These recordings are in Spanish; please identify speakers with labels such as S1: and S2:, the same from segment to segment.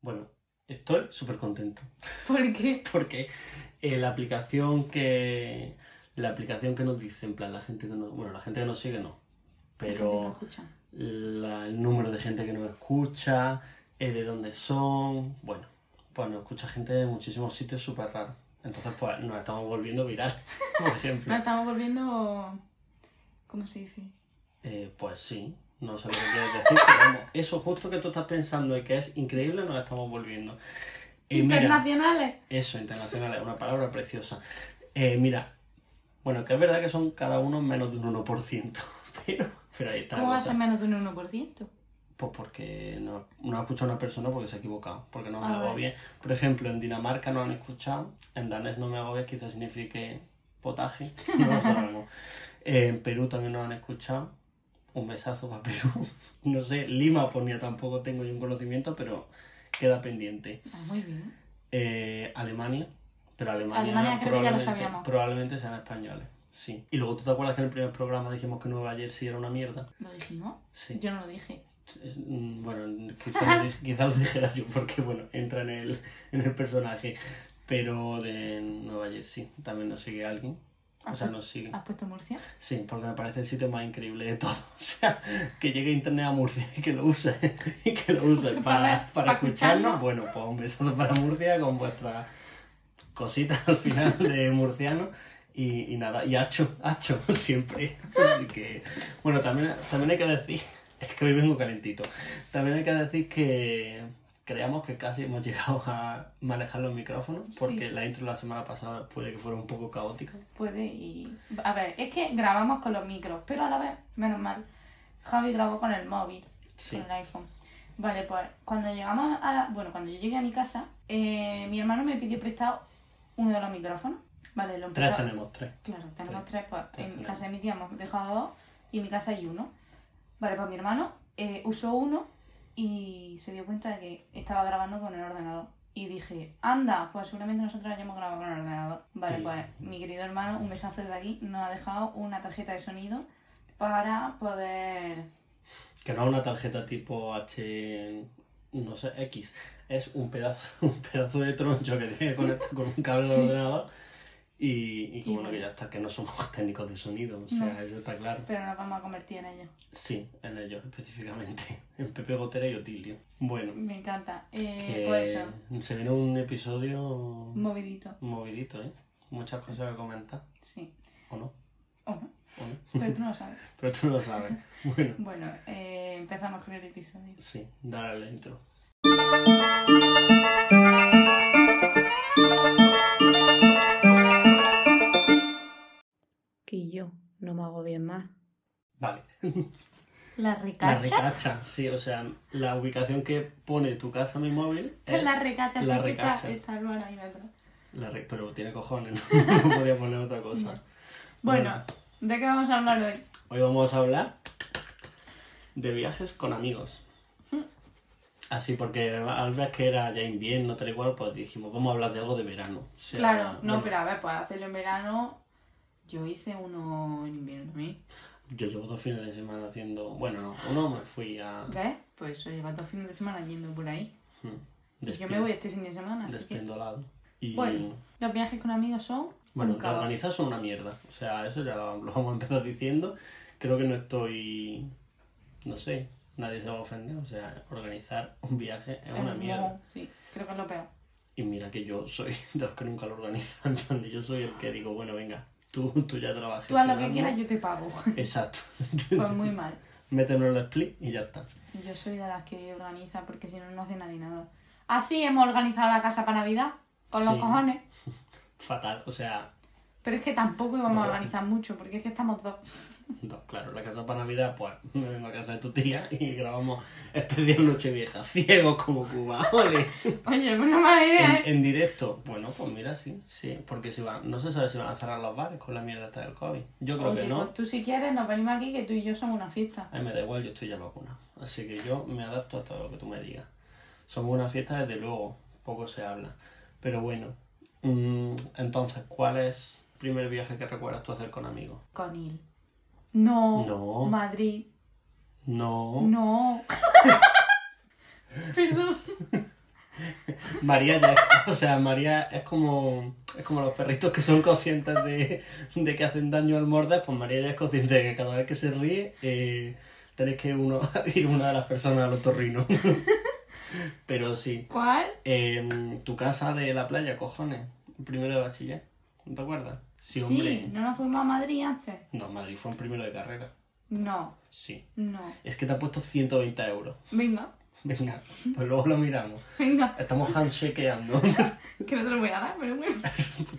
S1: Bueno, estoy súper contento
S2: ¿Por qué?
S1: porque eh, la aplicación que la aplicación que nos dice, en plan, la gente que nos, bueno, la gente que nos sigue no,
S2: Gente que
S1: pero
S2: escucha.
S1: la- el número de gente que nos escucha, eh, de dónde son, bueno, pues nos escucha gente de muchísimos sitios súper raros. Entonces, pues nos estamos volviendo viral, por ejemplo.
S2: Nos estamos volviendo... ¿Cómo se dice?
S1: Eh, pues sí, no sé lo que quieres decir, pero vamos, eso justo que tú estás pensando y que es increíble, nos estamos volviendo. Y Eh, mira,
S2: Internacionales.
S1: eso, internacional, es una palabra preciosa. Eh, mira, bueno, que es verdad que son cada uno menos de un 1%, pero, pero ahí está. la
S2: ¿Cómo va a
S1: cosa.
S2: ser menos de un 1%?
S1: Pues porque no, no ha escuchado una persona porque se ha equivocado, porque no me
S2: Ah,
S1: hago
S2: vale.
S1: bien. Por ejemplo, en Dinamarca no han escuchado, en danés no me hago bien, quizás signifique potaje, no lo sabemos. Eh, en Perú también no han escuchado, un besazo para Perú. No sé, Lima ponía tampoco tengo yo un conocimiento, pero queda pendiente.
S2: Ah, muy bien.
S1: Eh, Alemania, pero Alemania,
S2: Alemania creo que ya lo
S1: probablemente,
S2: sabíamos.
S1: probablemente sean españoles, sí. Y luego tú te acuerdas que en el primer programa dijimos que Nueva Jersey era una mierda,
S2: ¿Lo dijimos?
S1: sí.
S2: Yo no lo dije.
S1: Es- mm, Bueno, quizás os dijera yo porque, bueno, entra en el, en el personaje. Pero de Nueva Jersey también nos sigue alguien. O sea, nos sigue.
S2: ¿Has puesto Murcia?
S1: Sí, porque me parece el sitio más increíble de todo. O sea, que llegue internet a Murcia y que lo use. Y que lo use
S2: Para-
S1: para,
S2: para
S1: para
S2: escucharnos.
S1: escucharnos. Bueno, pues un besazo para Murcia con vuestras cositas al final de murciano. Y, y nada, y hacho, hacho, siempre. Así que, bueno, también, también hay que decir, es que hoy vengo calentito. También hay que decir que creamos que casi hemos llegado a manejar los micrófonos, porque
S2: Sí.
S1: la intro de la semana pasada puede que fuera un poco caótica.
S2: Puede y... A ver, es que grabamos con los micros, pero a la vez, menos mal, Javi grabó con el móvil,
S1: Sí.
S2: con el iPhone. Vale, pues cuando llegamos a la... Bueno, cuando yo llegué a mi casa, eh, mi hermano me pidió prestado uno de los micrófonos. Vale, lo
S1: Tres
S2: empezó-
S1: tenemos, tres.
S2: Claro, tenemos tres,
S1: Tres.
S2: pues
S1: Tres
S2: en mi
S1: tenemos.
S2: casa de mi tía hemos dejado dos y en mi casa hay uno. Vale, pues mi hermano eh, usó uno y se dio cuenta de que estaba grabando con el ordenador. Y dije, anda, pues seguramente nosotros hayamos grabado con el ordenador. Vale,
S1: Sí.
S2: pues mi querido hermano, un besazo desde aquí, nos ha dejado una tarjeta de sonido para poder...
S1: Que no es una tarjeta tipo H, no sé, X. Es un pedazo, un pedazo de troncho que tiene que conectar con un cable
S2: Sí.
S1: de ordenador. Y, y que
S2: Y
S1: bueno, que
S2: bueno.
S1: ya está, que no somos técnicos de sonido, o sea,
S2: No.
S1: eso está claro.
S2: Pero nos vamos a convertir en ello.
S1: Sí, en ellos específicamente. En Pepe Gotera y Otilio. Bueno,
S2: Me encanta. Eh,
S1: que
S2: Pues eso,
S1: se viene un episodio
S2: movidito,
S1: movidito, ¿eh? Muchas cosas que comentar,
S2: sí.
S1: ¿o no?
S2: ¿O no?
S1: ¿O no?
S2: Pero tú no lo sabes.
S1: Pero tú lo sabes. Bueno,
S2: Bueno, eh, empezamos con el episodio.
S1: sí, dar al intro.
S2: Que yo no me hago bien más.
S1: Vale. La
S2: La recacha.
S1: recacha, sí, o sea, la ubicación que pone tu casa en mi móvil es
S2: La recacha,
S1: la
S2: sí, que está-
S1: recacha.
S2: está Álvaro ahí detrás.
S1: La re- Pero tiene cojones, no, No podía poner otra cosa.
S2: Bueno, ¿de qué vamos a hablar hoy?
S1: Hoy vamos a hablar de viajes con amigos.
S2: Mm.
S1: Así, porque al ver que era ya invierno, tal igual, pues dijimos, vamos a hablar de algo de verano. O sea,
S2: Claro, no,
S1: bueno,
S2: pero a ver, pues hacerlo en verano. Yo hice uno en invierno también.
S1: Yo llevo dos fines de semana haciendo. Bueno, no, uno me fui a.
S2: ¿Ves? Pues eso, lleva dos fines de semana yendo por ahí.
S1: hmm,
S2: Y yo
S1: despien-
S2: me voy este fin de semana, así que.
S1: Despendolado. Y.
S2: Bueno. Los viajes con amigos son.
S1: Bueno,
S2: un
S1: te
S2: caos.
S1: organizas son una mierda. O sea, eso ya lo lo vamos a empezar diciendo. Creo que no estoy. No sé, nadie se va a ofender. O sea, organizar un viaje es una
S2: un
S1: mierda.
S2: mojón, Sí, creo que es lo peor.
S1: Y mira que yo soy de los que nunca lo organizan. en plan de Yo soy el que digo, bueno, venga, tú, tú ya trabajas.
S2: Tú haz lo que quieras, yo te pago.
S1: Exacto.
S2: Pues muy mal.
S1: Métemelo en el split y ya está.
S2: Yo soy de las que organiza porque si no, no hace nadie nada. Así hemos organizado la casa para Navidad, con los
S1: Sí.
S2: cojones.
S1: Fatal. O sea,
S2: Pero es que tampoco íbamos a
S1: Ojo.
S2: organizar mucho, porque es que estamos dos.
S1: no, claro, la casa para Navidad, pues me vengo a casa de tu tía y grabamos especial Nochevieja. Ciegos como Cuba. ¡Ole!
S2: Oye, es una mala idea, ¿eh?
S1: En, en directo, bueno, pues mira, sí, sí, porque si van, no se sabe si van a cerrar los bares con la mierda esta del COVID. Yo creo
S2: Oye,
S1: que no.
S2: pues tú si quieres nos venimos aquí que tú y yo somos una fiesta.
S1: A mí me da igual, yo estoy ya vacunado. Así que yo me adapto a todo lo que tú me digas. Somos una fiesta, desde luego, poco se habla. Pero bueno, mm, entonces, ¿cuál es el primer viaje que recuerdas tú hacer con amigos?
S2: Conil. No.
S1: No.
S2: Madrid.
S1: No.
S2: No. Perdón.
S1: María ya es- o sea, María es como, es como los perritos que son conscientes de, de que hacen daño al morder, pues María ya es consciente de que cada vez que se ríe eh, tenéis que uno, ir una de las personas al otorrino. Pero sí,
S2: ¿Cuál?
S1: en tu casa de la playa, cojones, en primero de bachiller, ¿no te acuerdas? Sí, hombre.
S2: ¿No nos fuimos a Madrid antes?
S1: No, Madrid fue en primero de carrera,
S2: No,
S1: sí.
S2: no.
S1: Es que te ha puesto 120 euros.
S2: Venga,
S1: Venga, pues luego lo miramos.
S2: venga,
S1: Estamos handshakeando.
S2: que no te lo voy a dar, pero bueno.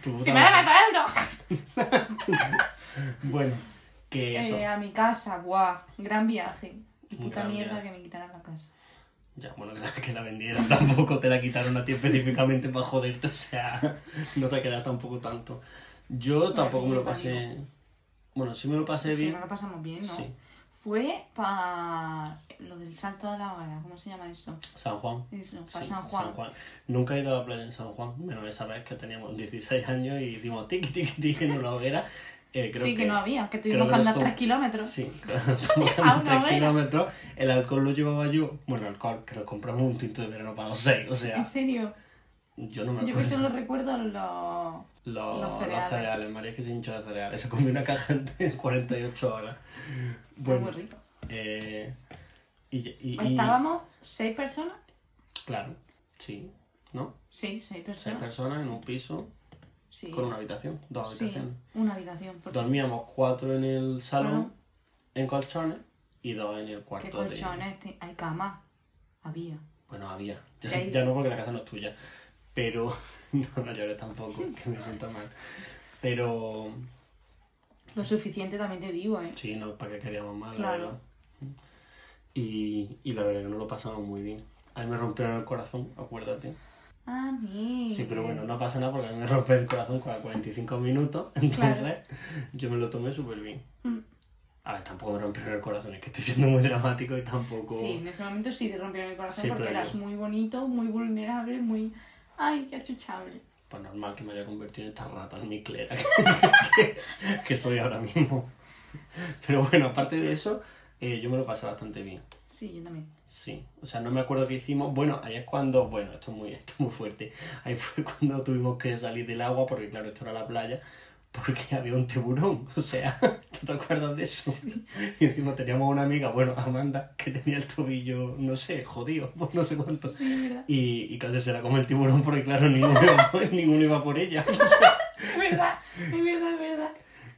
S1: Tu puta
S2: ¡Si me da
S1: madre.
S2: 40 euros!
S1: Bueno, que eso.
S2: Eh, a mi casa, guau, gran viaje. Y
S1: Un
S2: puta
S1: gran
S2: mierda
S1: viaje.
S2: que me quitaran la casa.
S1: Ya, bueno, que la, que la vendieron tampoco te la quitaron a ti específicamente para joderte, o sea, no te queda tampoco tanto. Yo tampoco me lo pasé. Bueno, sí me lo pasé
S2: Sí,
S1: bien.
S2: no lo pasamos bien, ¿no?
S1: Sí.
S2: Fue para lo del salto de la hora, ¿cómo se llama eso?
S1: San Juan.
S2: Eso, para
S1: Sí,
S2: San Juan.
S1: Nunca he ido a la playa en San Juan, menos esa vez que teníamos 16 años y hicimos tiqui tiqui tiqui en una hoguera. Eh, creo
S2: sí, que,
S1: que
S2: no había, que
S1: creo
S2: tuvimos
S1: que
S2: que andar
S1: esto-
S2: 3 kilómetros.
S1: Sí, estamos andando
S2: una
S1: 3
S2: hoguera.
S1: kilómetros. El alcohol lo llevaba yo. Bueno, alcohol, que lo compramos un tinto de verano para los 6. O
S2: En
S1: sea,
S2: serio,
S1: yo no me
S2: yo
S1: acuerdo.
S2: que solo recuerdo los...
S1: Los,
S2: Los
S1: los cereales.
S2: cereales.
S1: María es que se hinchó de cereales. Se comió una caja en 48 horas.
S2: Fue
S1: Bueno,
S2: Muy rico. Pues
S1: eh, y, y- y-
S2: Estábamos 6 personas.
S1: Claro, sí, ¿no?
S2: Sí, 6
S1: Seis
S2: personas.
S1: personas en un piso
S2: Sí.
S1: con una habitación, dos
S2: Sí,
S1: habitaciones.
S2: una habitación. Porque
S1: Dormíamos cuatro en el salón,
S2: Salón.
S1: en colchones, y dos en el cuarto
S2: ¿Qué
S1: de-
S2: colchones? te- Hay cama. Había.
S1: Bueno, había.
S2: Sí, hay-
S1: Ya no porque la casa no es tuya. Pero. No, no llores tampoco, que me siento mal. Pero.
S2: Lo suficiente también te digo, ¿eh?
S1: Sí, no, para que queríamos más, la
S2: Claro.
S1: verdad. Y, y la verdad que no lo pasamos muy bien. A mí me rompieron el corazón, acuérdate.
S2: A mí.
S1: Sí, pero bueno, no pasa nada porque a mí me rompen el corazón cada 45 minutos. Entonces, yo me lo tomé súper bien.
S2: Mm.
S1: A ver, tampoco me rompieron el corazón, es que estoy siendo muy dramático y tampoco...
S2: Sí, en ese momento sí te rompieron el corazón
S1: Sí,
S2: porque
S1: pero
S2: eras
S1: yo-
S2: muy bonito, muy vulnerable, muy. ¡Ay, qué achuchable!
S1: Pues normal que me haya convertido en esta rata en mi clera que, que soy ahora mismo. Pero bueno, aparte de eso, eh, yo me lo pasé bastante bien.
S2: Sí, yo también.
S1: Sí, o sea, no me acuerdo qué hicimos. Bueno, ahí es cuando, bueno, esto es muy, esto es muy fuerte. Ahí fue cuando tuvimos que salir del agua, porque claro, esto era la playa, porque había un tiburón. O sea, ¿tú te acuerdas de eso? Y encima teníamos una amiga, bueno, Amanda, que tenía el tobillo, no sé, jodido, por no sé cuánto.
S2: Sí, es verdad.
S1: Y, y casi se la come el tiburón, porque claro, ninguno iba por, ninguno iba por ella. O sea,
S2: Es verdad, es verdad, es verdad.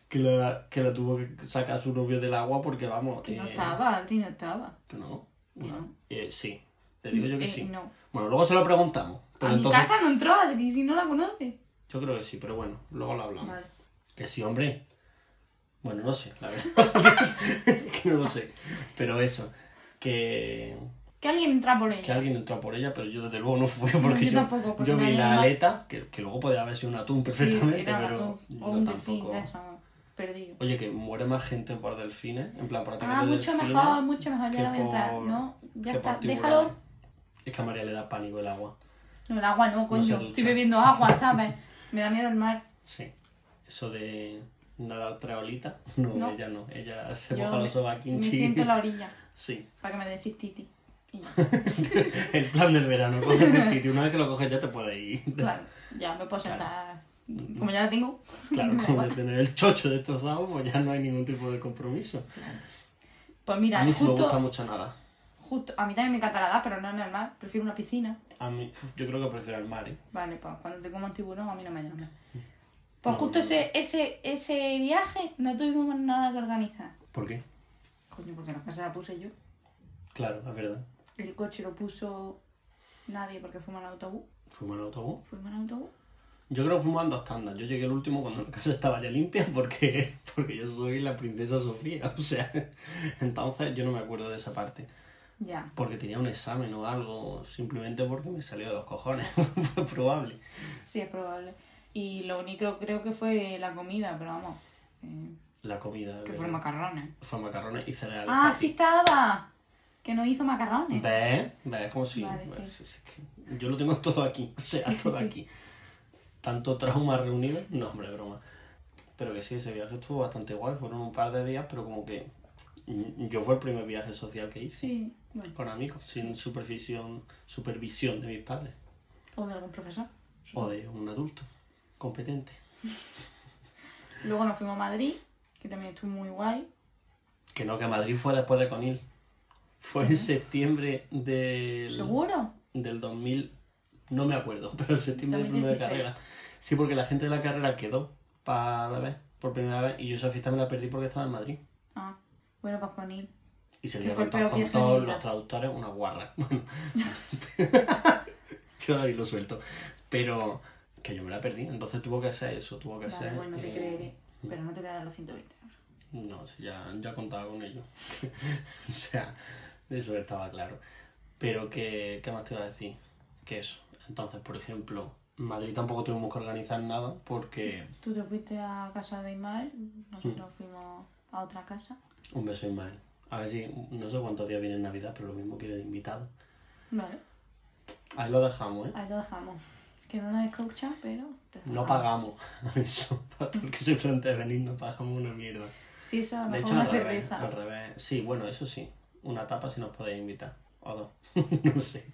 S1: que, la, que la tuvo que sacar su novio del agua, porque vamos.
S2: Que no
S1: eh,
S2: estaba, Adri, no estaba.
S1: que no.
S2: Que no.
S1: Eh, sí, te digo yo que
S2: Eh,
S1: sí.
S2: No.
S1: Bueno, luego se lo preguntamos. Pero
S2: a
S1: entonces,
S2: mi casa no entró Adri, si no la conoce.
S1: Yo creo que sí, pero bueno, luego lo hablamos.
S2: Vale.
S1: Que sí, hombre. Bueno, no sé, la verdad. que no lo sé. Pero eso, que,
S2: Que alguien entra por
S1: que
S2: ella.
S1: alguien entró por ella, pero yo desde luego no fui porque
S2: yo
S1: yo,
S2: tampoco, porque
S1: yo
S2: me
S1: vi la
S2: habían-
S1: aleta, que, que luego podía haber sido un atún perfectamente,
S2: sí, era
S1: pero
S2: gato,
S1: yo
S2: o un delfín,
S1: tampoco.
S2: de eso, perdido.
S1: Oye, que muere más gente por delfines, en plan por ataques
S2: Ah,
S1: de
S2: mucho
S1: delfines
S2: mejor, mucho mejor,
S1: que
S2: ya no voy a entrar.
S1: por-
S2: No, ya
S1: que
S2: está,
S1: por tiburones.
S2: déjalo.
S1: Es que a María le da pánico el agua.
S2: No, el agua no, coño.
S1: se ducha.
S2: Estoy bebiendo agua, ¿sabes? Me da miedo el mar.
S1: Sí. Eso de nadar tres olitas, no,
S2: No.
S1: ella no. Ella se
S2: Yo
S1: moja
S2: me-
S1: los sobaquinchis.
S2: Me siento en la orilla
S1: Sí.
S2: para que me des titi. Y ya,
S1: El plan del verano, coges el titi. Una vez que lo coges ya te puedes ir.
S2: claro, ya me puedo sentar. Como ya la tengo.
S1: Claro,
S2: me da
S1: como
S2: igual.
S1: de tener el chocho destrozado, pues ya no hay ningún tipo de compromiso.
S2: Pues
S1: A
S2: mira,
S1: mí sí me gusta
S2: justo,
S1: mucho nada.
S2: justo. A mí también me encanta nadar, pero no en el mar. Prefiero una piscina.
S1: A mí, uf, yo creo que prefiero el mar, ¿eh?
S2: Vale, pues cuando te como un tiburón a mí no me llamas. Pues
S1: No,
S2: justo
S1: no,
S2: Ese, ese, ese viaje no tuvimos nada que organizar.
S1: ¿Por qué?
S2: Coño, porque la casa la puse yo.
S1: Claro, es verdad.
S2: El coche lo puso nadie porque fuimos en autobús.
S1: Fuimos en autobús.
S2: Fuimos en autobús.
S1: Yo creo que fuimos en dos tandas. Yo llegué el último cuando la casa estaba ya limpia porque, porque yo soy la princesa Sofía. O sea, entonces yo no me acuerdo de esa parte.
S2: Ya.
S1: Porque tenía un examen o algo, simplemente porque me salió de los cojones. Fue probable.
S2: Sí, es probable. Y lo único creo que fue la comida, pero vamos. eh,
S1: La comida.
S2: que
S1: ¿verdad?
S2: fueron macarrones.
S1: Fue macarrones y cereales.
S2: ¡Ah,
S1: para ti.
S2: sí estaba! Que no hizo macarrones.
S1: ¿Ves? ¿Ves? Como si...
S2: Vale,
S1: ves,
S2: sí.
S1: es que yo lo tengo todo aquí, o sea,
S2: Sí, sí,
S1: todo
S2: sí.
S1: aquí. Tanto trauma reunido, no, hombre, broma. Pero que sí, ese viaje estuvo bastante guay, fueron un par de días, pero como que mm, yo fue el primer viaje social que hice
S2: Sí, bueno.
S1: con amigos, sin supervisión, supervisión de mis padres.
S2: O de algún profesor.
S1: O de un adulto competente.
S2: Luego nos fuimos a Madrid, que también estuvo muy guay.
S1: Que no, que Madrid fue después de Conil. Fue en septiembre del,
S2: ¿Seguro?
S1: del 2000, no me acuerdo, pero en septiembre del primer de
S2: 2016.
S1: carrera. Sí, porque la gente de la carrera quedó para beber por primera vez y yo esa fiesta me la perdí porque estaba en Madrid.
S2: Ah, bueno, pues con él.
S1: Y se
S2: Que
S1: liaron
S2: fue el
S1: todos
S2: peor
S1: con
S2: viaje de
S1: todos
S2: mi vida.
S1: los traductores una guarra. Bueno. yo ahí lo suelto. Pero que yo me la perdí. Entonces tuvo que ser eso, tuvo que
S2: Vale,
S1: ser.
S2: bueno, te
S1: eh,
S2: creeré. Pero no te voy a dar los 120 euros.
S1: No, sí, ya, ya contaba con ello. o sea, eso estaba claro. Pero que, ¿qué más te iba a decir? Que eso. Entonces, por ejemplo, en Madrid tampoco tuvimos que organizar nada porque
S2: Tú te fuiste a casa de Ismael, nosotros fuimos a otra casa.
S1: un beso Ismael. A ver si, no sé cuántos días viene en Navidad, pero lo mismo quiero de invitado.
S2: Vale,
S1: Ahí lo dejamos, ¿eh?
S2: ahí lo dejamos. Que no nos escucha, pero... te
S1: No
S2: dejamos.
S1: pagamos. Eso, para todo el que se plantea venir, no pagamos una mierda.
S2: Sí, eso a lo
S1: De
S2: mejor
S1: hecho,
S2: una
S1: al revés,
S2: cerveza.
S1: al revés. Sí, bueno, eso sí. Una tapa si nos podéis invitar. O dos. no sé.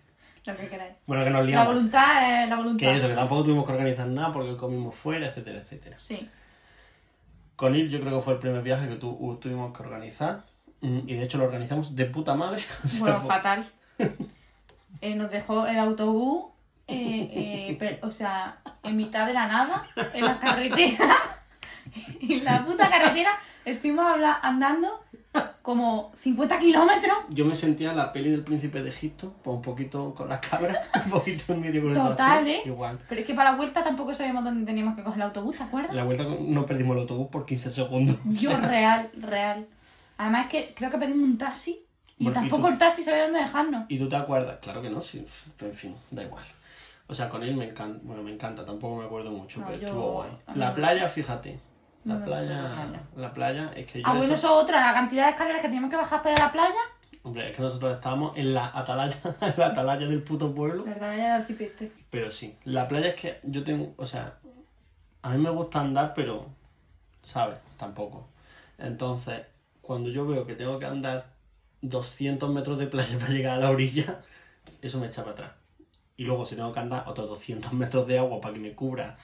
S2: Lo que queráis.
S1: Bueno, que nos
S2: La
S1: liamos.
S2: voluntad es la voluntad.
S1: Que eso, que tampoco tuvimos que organizar nada porque comimos fuera, etcétera, etcétera.
S2: Sí,
S1: Con él yo creo que fue el primer viaje que tu- u- tuvimos que organizar. Mm, Y de hecho lo organizamos de puta madre. O sea, pues,
S2: bueno,
S1: fue-
S2: fatal. Eh, nos dejó el autobús, eh, eh, per- o sea, en mitad de la nada, en la carretera. en la puta carretera estuvimos habla- andando como 50 kilómetros.
S1: Yo me sentía en la peli del príncipe de Egipto, pues un poquito con las cabras, un poquito en medio con el
S2: Total,
S1: pastor,
S2: ¿eh?
S1: Igual.
S2: Pero es que para la vuelta tampoco sabíamos dónde teníamos que coger el autobús, ¿te acuerdas?
S1: La vuelta con- no perdimos el autobús por 15 segundos.
S2: Yo real, real. Además es que creo que pedimos un taxi y
S1: Bueno, ¿y
S2: tampoco
S1: tú?
S2: el taxi sabía dónde dejarnos.
S1: ¿Y tú te acuerdas? Claro que no, sí, pero en fin, da igual. O sea, con él me encanta, bueno, me encanta, tampoco me acuerdo mucho,
S2: No,
S1: pero
S2: yo-
S1: estuvo guay.
S2: a mí me
S1: La
S2: gusta.
S1: playa, fíjate. La
S2: No me gusta
S1: playa,
S2: la
S1: la
S2: playa.
S1: playa. es que yo
S2: Ah,
S1: de
S2: bueno,
S1: eso-
S2: eso es otra, la cantidad de escaleras que teníamos que bajar para ir a la playa.
S1: Hombre, es que nosotros estábamos en la atalaya, en la atalaya del puto pueblo.
S2: La verdad, ya era arcipreste.
S1: Pero sí, la playa es que yo tengo, o sea, a mí me gusta andar, pero, ¿sabes? Tampoco. Entonces, cuando yo veo que tengo que andar 200 metros de playa para llegar a la orilla, eso me echa para atrás. Y luego si tengo que andar otros 200 metros de agua para que me cubra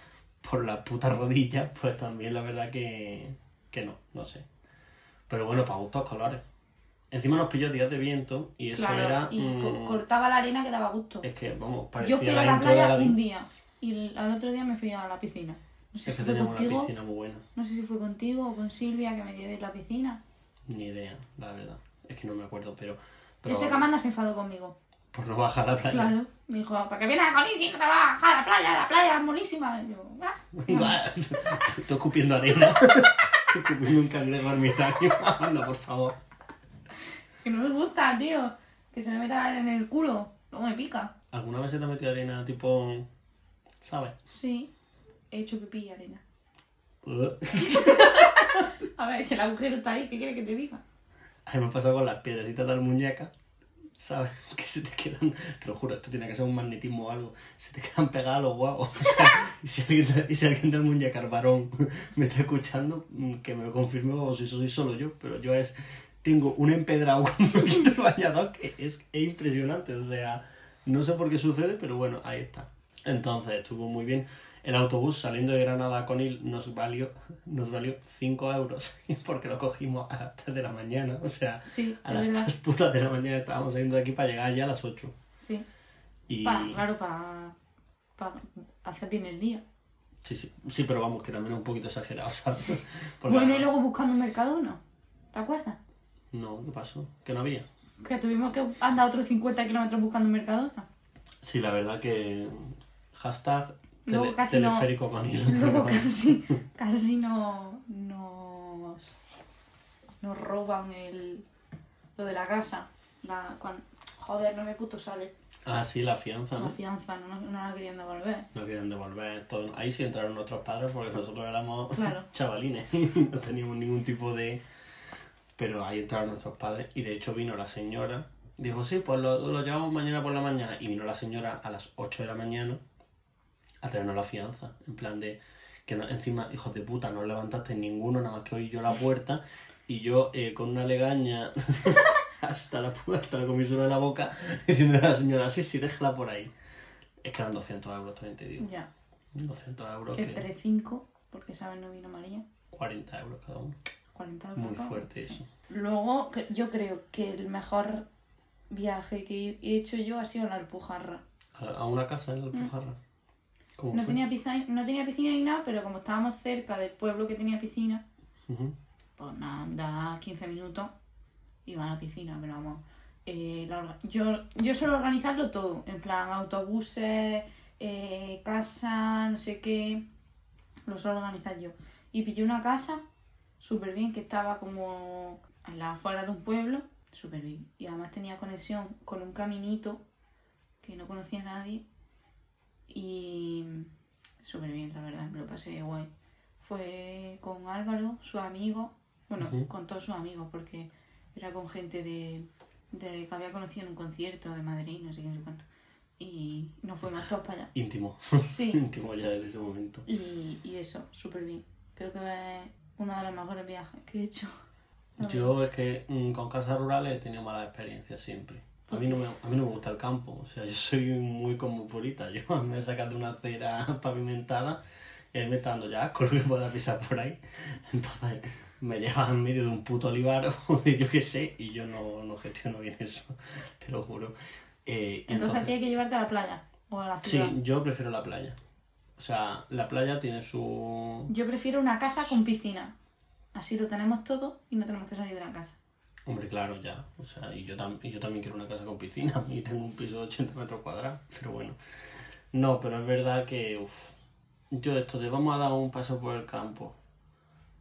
S1: por las putas rodillas, pues también la verdad que, que no, no sé. Pero bueno, para gustos colores. Encima nos pilló días de viento y eso
S2: Claro,
S1: era...
S2: y co-
S1: mm,
S2: cortaba la arena que daba gusto.
S1: es que, vamos,
S2: Yo
S1: parecía
S2: fui a
S1: la
S2: la
S1: intro de
S2: playa
S1: Aladdin.
S2: un día y el- al otro día me fui a la piscina. No sé
S1: Es
S2: si
S1: que
S2: fue
S1: teníamos una
S2: contigo,
S1: piscina muy buena.
S2: no sé si fue contigo o con Silvia que me quedé en la piscina.
S1: Ni idea, la verdad. Es que no me acuerdo, pero.
S2: Yo
S1: pero Ah,
S2: sé que Amanda se enfadó conmigo.
S1: Por no bajar a la playa.
S2: Claro. Me dijo, ¿para qué vienes a Colín si no te vas a bajar a la playa? La playa es buenísima. Y yo, "Ah".
S1: Estoy escupiendo arena. escupiendo un cangrejo ermitaño. Anda, por favor.
S2: Que no me gusta, tío. Que se me meta la arena en el culo. No me pica.
S1: ¿Alguna vez se te ha metido arena tipo. ¿Sabes?
S2: Sí. He hecho pipí y arena.
S1: Uh.
S2: A ver, que el agujero está ahí. ¿Qué quieres que te diga?
S1: A mí me ha pasado con las piedrecitas de las muñecas. ¿Sabes? Que se te quedan. Te lo juro, esto tiene que ser un magnetismo o algo. Se te quedan pegadas a los guapos. y, si alguien, de- y si alguien del muñecar varón me está escuchando, mm, que me lo confirme o si soy solo yo. Pero yo es. Tengo un empedrado cuando me quito el bañador que es, es impresionante. O sea, no sé por qué sucede, pero bueno, ahí está. Entonces estuvo muy bien. El autobús saliendo de Granada con él nos valió, nos valió 5 euros porque lo cogimos a las 3 de la mañana. O sea,
S2: Sí,
S1: a
S2: es
S1: las
S2: verdad.
S1: 3 putas de la mañana estábamos saliendo de aquí para llegar ya a las 8.
S2: Sí.
S1: Y...
S2: Pa- claro, para hacer bien el día.
S1: Sí, sí, sí, pero vamos, que también es un poquito exagerado, ¿sabes? Porque-
S2: Bueno, y luego buscando un Mercadona. ¿Te acuerdas?
S1: No, ¿qué pasó? Que no había.
S2: Que tuvimos que andar otros 50 kilómetros buscando un Mercadona.
S1: Sí, la verdad que... Hashtag tele-
S2: Luego casi no-
S1: teleférico con hilo.
S2: Luego casi, casi no, nos, nos roban el, lo de la casa. La, cuan- joder, no me puto sale.
S1: Ah, sí, la fianza,
S2: La
S1: ¿no?
S2: fianza, no, no la querían devolver.
S1: No quieren devolver todo. Ahí sí entraron nuestros padres porque nosotros éramos
S2: Claro.
S1: chavalines. no teníamos ningún tipo de... Pero ahí entraron nuestros padres y de hecho vino la señora. Dijo, sí, pues lo, lo llevamos mañana por la mañana. Y vino la señora a las 8 de la mañana a traernos la fianza. En plan de... Que no- encima, hijos de puta, no levantaste ninguno, nada más que oí yo la puerta y yo eh, con una legaña hasta la puerta, hasta la comisura de la boca, diciendo a la señora, sí, sí, déjala por ahí. Es que eran 200 euros, también te digo.
S2: Ya.
S1: 200 euros,
S2: Que
S1: que
S2: 3,5, porque sabes, no vino María.
S1: 40 euros cada uno.
S2: 40 euros.
S1: Muy
S2: ¿no?
S1: fuerte
S2: Ah, Sí.
S1: eso.
S2: Luego, que- yo creo que el mejor viaje que he hecho yo ha sido la Alpujarra.
S1: A, a una casa en la Alpujarra. ¿Cómo
S2: Mm. No
S1: fue?
S2: tenía, piscina, no tenía piscina ni nada, pero como estábamos cerca del pueblo que tenía piscina,
S1: Ujú.
S2: pues nada, andaba 15 minutos y va a la piscina, pero vamos. eh, la orga- yo, yo suelo organizarlo todo, en plan autobuses, eh, casa, no sé qué, lo suelo organizar yo. Y pillé una casa súper bien que estaba como a la afuera de un pueblo, súper bien. Y además tenía conexión con un caminito que no conocía a nadie y súper bien, la verdad, me lo pasé guay fue con Álvaro, su amigo, bueno,
S1: Ujú.
S2: con todos sus amigos, porque era con gente de, de que había conocido en un concierto de Madrid, no sé qué, no sé cuánto. Y nos fuimos todos para allá.
S1: Íntimo.
S2: Sí,
S1: Íntimo ya desde ese momento.
S2: y, y eso, súper bien. Creo que es uno de los mejores viajes que he hecho. A ver.
S1: Yo es que mm, con casas rurales he tenido malas experiencias siempre. A mí, no me, a mí no me gusta el campo, o sea, yo soy muy cosmopolita. Yo me sacas de una acera pavimentada y a mí me está dando ya asco lo que pueda pisar por ahí. Entonces me llevas en medio de un puto olivar o de yo qué sé y yo no, no gestiono bien eso, te lo juro. Eh,
S2: Entonces, a ti hay que llevarte a la playa o a la ciudad.
S1: sí, yo prefiero la playa. O sea, la playa tiene su...
S2: Yo prefiero una casa con piscina. Así lo tenemos todo y no tenemos que salir de la casa.
S1: Hombre, claro, ya. O sea, y yo, tam- y yo también quiero una casa con piscina y tengo un piso de 80 metros cuadrados, pero bueno. No, pero es verdad que, uff, yo esto de vamos a dar un paso por el campo.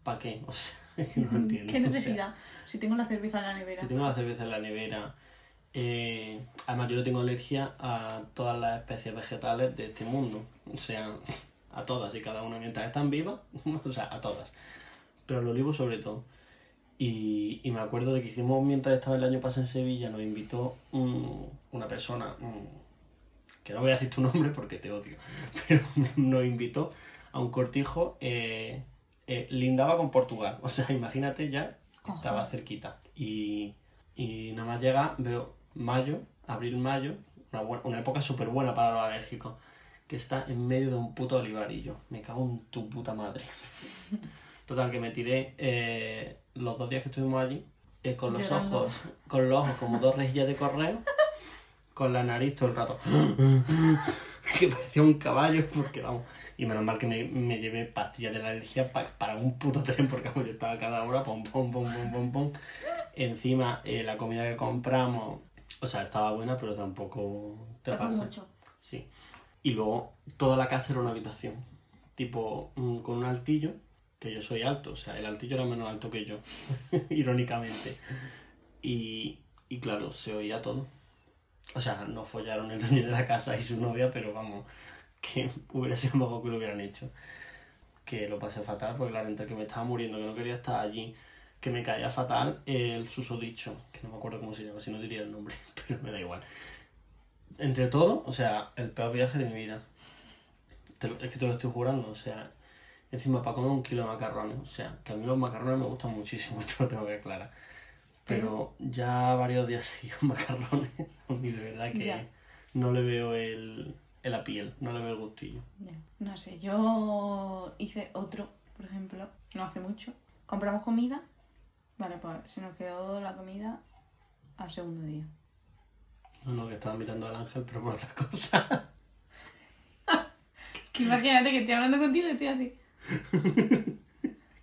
S1: ¿Para qué? O sea, es que no lo entiendo.
S2: ¿Qué
S1: o sea,
S2: necesidad? Si tengo la cerveza en la nevera.
S1: yo tengo la cerveza en la nevera. eh, además, yo le tengo alergia a todas las especies vegetales de este mundo. O sea, a todas y cada una mientras están vivas. O sea, a todas. Pero al olivo sobre todo. Y, y me acuerdo de que hicimos mientras estaba el año pasado en Sevilla, nos invitó un- una persona, un- que no voy a decir tu nombre porque te odio, pero nos invitó a un cortijo, eh, eh, lindaba con Portugal. O sea, imagínate ya,
S2: Ojo.
S1: estaba cerquita. Y, y nada más llega, veo mayo, abril-mayo, una, buena- una época súper buena para los alérgicos, que está en medio de un puto olivarillo. Me cago en tu puta madre. Total, que me tiré eh, los dos días que estuvimos allí, eh, con los
S2: Llorando.
S1: ojos, con los ojos como dos rejillas de correo, con la nariz todo el rato. que parecía un caballo, porque vamos. Y menos mal que me, me llevé pastillas de la alergia pa- para un puto tren, porque vamos, yo estaba cada hora, pom, pom, pom, pom, pom, pom. Encima, eh, la comida que compramos, o sea, estaba buena, pero tampoco te
S2: Tampoco
S1: pasa.
S2: mucho.
S1: Sí. Y luego toda la casa era una habitación. Tipo, mm, con un altillo, que yo soy alto, o sea, el altillo era menos alto que yo, irónicamente. Y, y claro, se oía todo. O sea, no follaron el dueño de la casa y su novia, pero vamos, que hubiera sido mejor que lo hubieran hecho. Que lo pasé fatal, porque claro, entre que me estaba muriendo, que no quería estar allí, que me caía fatal el susodicho, que no me acuerdo cómo se llama, si no diría el nombre, pero me da igual. Entre todo, o sea, el peor viaje de mi vida. Te lo- es que te lo estoy jurando, o sea, encima para comer un kilo de macarrones, o sea, que a mí los macarrones me gustan muchísimo, esto lo tengo que aclarar. Pero ya varios días seguidos macarrones, y de verdad que
S2: Ya.
S1: no le veo el, el la piel, no le veo el gustillo.
S2: Ya. No sé, yo hice otro, por ejemplo, no hace mucho. Compramos comida. Vale, pues se nos quedó la comida al segundo día.
S1: No, no, que estaba mirando al ángel, pero por otra cosa.
S2: Que imagínate que estoy hablando contigo y estoy así.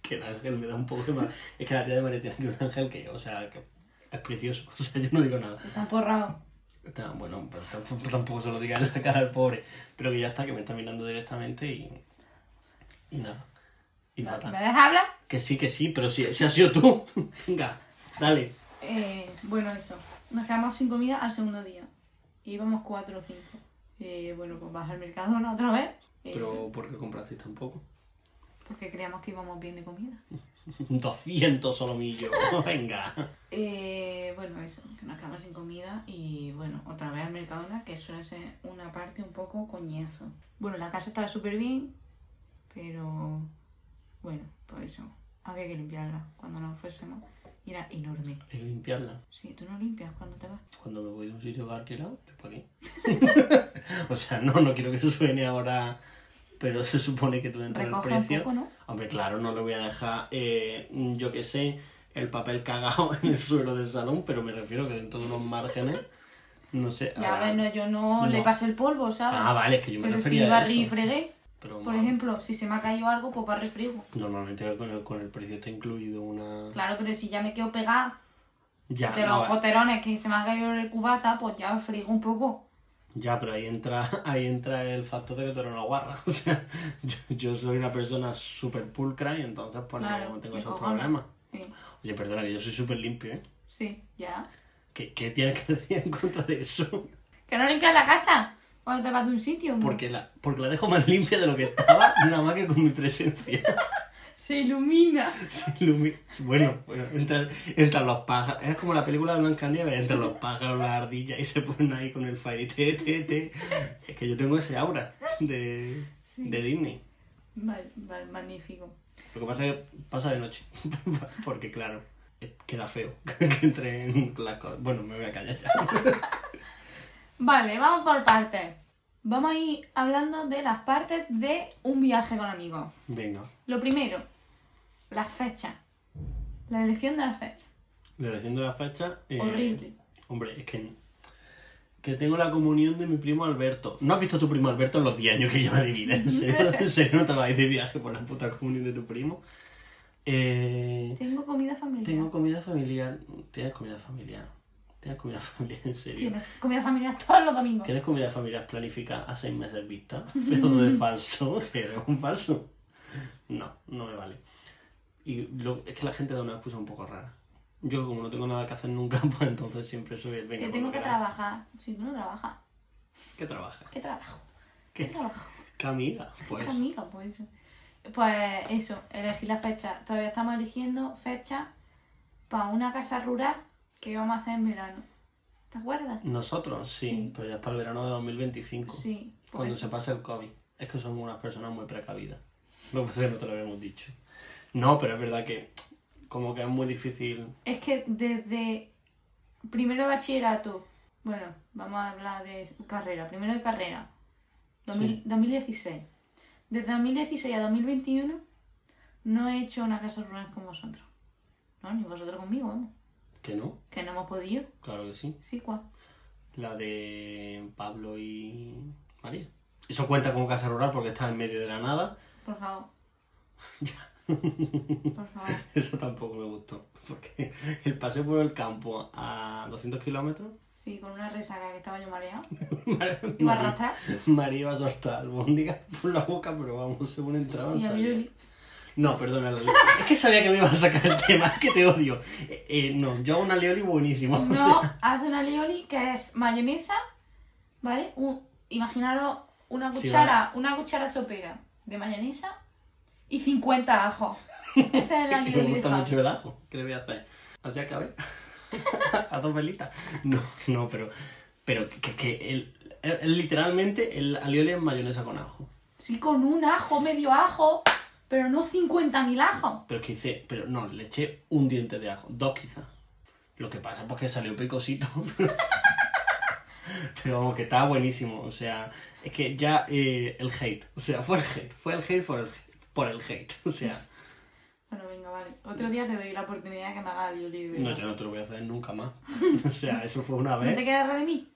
S1: que el ángel me da un poco de mal. Es que la tía de María tiene que un ángel que, o sea, que es precioso, o sea, yo no digo nada.
S2: Está porrado.
S1: Está- bueno, pero tampoco, tampoco se lo diga en la cara al pobre. Pero que ya está, que me está mirando directamente y. Y nada. Y
S2: ¿Me
S1: fatal.
S2: dejas hablar?
S1: Que sí, que sí, pero si, si has sido tú. Venga, dale.
S2: Eh, bueno, eso. Nos quedamos sin comida al segundo día. Y íbamos cuatro o cinco. Eh, bueno, pues vas al Mercadona otra vez. eh,
S1: Pero ¿por qué comprasteis tampoco?
S2: Porque creíamos que íbamos bien de comida.
S1: 200 solomillos. Venga.
S2: Eh, bueno, eso, que nos quedamos sin comida y bueno, otra vez al Mercadona, que suele ser una parte un poco coñazo. Bueno, la casa estaba súper bien, pero bueno, pues eso, había que limpiarla cuando nos fuésemos y era enorme.
S1: Hay que limpiarla.
S2: Si tú no limpias cuando te vas,
S1: Cuando me voy de un sitio para alquilar, ¿yo para qué? O sea, no, no quiero que suene ahora, pero se supone que tú dentro del
S2: Recoge un
S1: precio.
S2: poco, ¿no?
S1: Hombre, claro, no le voy a dejar, eh, yo qué sé, el papel cagado en el suelo del salón, pero me refiero que dentro de unos márgenes, no sé.
S2: Ya,
S1: habrá-
S2: a ver, no, yo no,
S1: No.
S2: le pasé el polvo, ¿sabes?
S1: Ah, vale, es que yo me
S2: Pero
S1: refería
S2: si
S1: a eso.
S2: barrí y fregué,
S1: Pero,
S2: por
S1: no,
S2: ejemplo, si se me ha caído algo, pues barrí y friego.
S1: Normalmente con el, con el precio está incluido una...
S2: Claro, pero si ya me quedo pegada
S1: Ya,
S2: de
S1: Ah, no,
S2: los
S1: vale.
S2: goterones que se me ha caído el cubata, pues ya friego un poco.
S1: Ya, pero ahí entra, ahí entra el factor de que tú eres una guarra. O sea, yo, yo soy una persona súper pulcra y entonces pues no-
S2: Claro,
S1: no tengo
S2: y
S1: esos
S2: cojones.
S1: problemas.
S2: Sí,
S1: Oye, perdona, que yo soy súper limpio, ¿eh?
S2: Eh, sí, ya.
S1: ¿Qué, ¿Qué tienes que decir en contra de eso?
S2: ¿Que no limpias la casa? Cuando te vas de un sitio. hombre.
S1: Porque la, porque la dejo más limpia de lo que estaba, nada más que con mi presencia.
S2: Se ilumina.
S1: Se ilumi- Bueno, bueno entran, entran los pájaros. Es como la película de Blancanieves. Entran los pájaros, las ardillas y se ponen ahí con el fire. Te, te, te. Es que yo tengo ese aura de,
S2: Sí.
S1: de Disney.
S2: Vale, vale, magnífico.
S1: Lo que pasa es que pasa de noche. Porque, claro, eh, queda feo que entren las cosas. Bueno, me voy a callar ya.
S2: Vale, vamos por partes. Vamos a ir hablando de las partes de un viaje con amigos.
S1: Venga,
S2: Lo primero, las fechas. La elección de las fechas.
S1: reduciendo la fecha. eh,
S2: Horrible.
S1: Hombre, es que. Que tengo la comunión de mi primo Alberto. ¿No has visto a tu primo Alberto en los 10 años que lleva de vida? ¿En serio? ¿En serio no te vais de viaje por la puta comunión de tu primo? Eh,
S2: Tengo comida familiar.
S1: tengo comida familiar. Tienes comida familiar. Tienes comida familiar, en serio.
S2: Tienes comida familiar todos los domingos.
S1: Tienes comida familiar planificada a seis meses vista, pero de falso, que eres un falso. No, no me vale. Y lo- es que la gente da una excusa un poco rara. Yo como no tengo nada que hacer nunca, pues entonces siempre soy el venga. pues
S2: Que
S1: cuando
S2: tengo que
S1: queráis".
S2: trabajar. Si tú no trabajas,
S1: ¿Qué trabaja?
S2: ¿qué trabajo?
S1: ¿Qué?
S2: ¿Qué, trabajo?
S1: ¿Qué amiga? Pues
S2: ¿Qué amiga? Pues eso. Pues eso, elegir la fecha. Todavía estamos eligiendo fecha para una casa rural que vamos a hacer en verano. ¿Te acuerdas?
S1: nosotros, sí,
S2: Sí.
S1: pero ya es para el verano de 2025,
S2: Sí. pues
S1: cuando
S2: eso.
S1: se pase el COVID. Es que somos unas personas muy precavidas. Lo que pasa es que no te lo habíamos dicho. No, pero es verdad que como que es muy difícil
S2: Es que desde primero de bachillerato, bueno, vamos a hablar de carrera, primero de carrera, 2000
S1: Sí.
S2: 2016. Desde 2016 a 2021 no he hecho una casa rural con vosotros. No, ni vosotros conmigo, vamos.
S1: que no,
S2: Que no hemos podido,
S1: claro que sí.
S2: sí, cuá.
S1: La de Pablo y María. Eso cuenta como casa rural porque está en medio de la nada.
S2: Por favor. Por favor.
S1: Eso tampoco me gustó. Porque el paseo por el campo a 200 kilómetros.
S2: Sí, con una resaca que estaba yo mareado.
S1: Mar-
S2: Iba a
S1: María-
S2: arrastrar
S1: María iba a soltar albóndigas por la boca, pero vamos, según entraban
S2: y a mí
S1: salían.
S2: yo-
S1: No, perdona, la Loli. Es que sabía que me ibas a sacar el tema, es que te odio. Eh, eh, no, yo hago una Leoli buenísima. o
S2: No,
S1: sea,
S2: hace una lioli que es mayonesa, ¿vale? Un- imaginaros una
S1: Sí,
S2: cuchara, una cuchara sopera de mayonesa y 50 ajos. Esa es la
S1: que me
S2: lioli de
S1: gusta
S2: Javi.
S1: mucho el ajo. ¿Qué le voy a hacer? O sea, acabé. a dos velitas. No, no, pero. Pero que, que el, el- literalmente el alioli es mayonesa con ajo.
S2: Sí, con un ajo, medio ajo, pero no 50.000 ajos.
S1: Pero es que hice. Pero no, le eché un diente de ajo. Dos quizás. Lo que pasa pues que salió picosito. pero vamos, que estaba buenísimo. O sea, es que ya eh, el hate. O sea, fue el hate. Fue el hate por el, por el hate. O sea,
S2: Bueno, venga, vale. Otro día te doy la oportunidad de que me haga lioli. de
S1: no,
S2: verdad.
S1: yo ¿eh? no te lo voy a hacer nunca más. O sea, eso fue una
S2: ¿No te
S1: vez.
S2: quedas re de mí?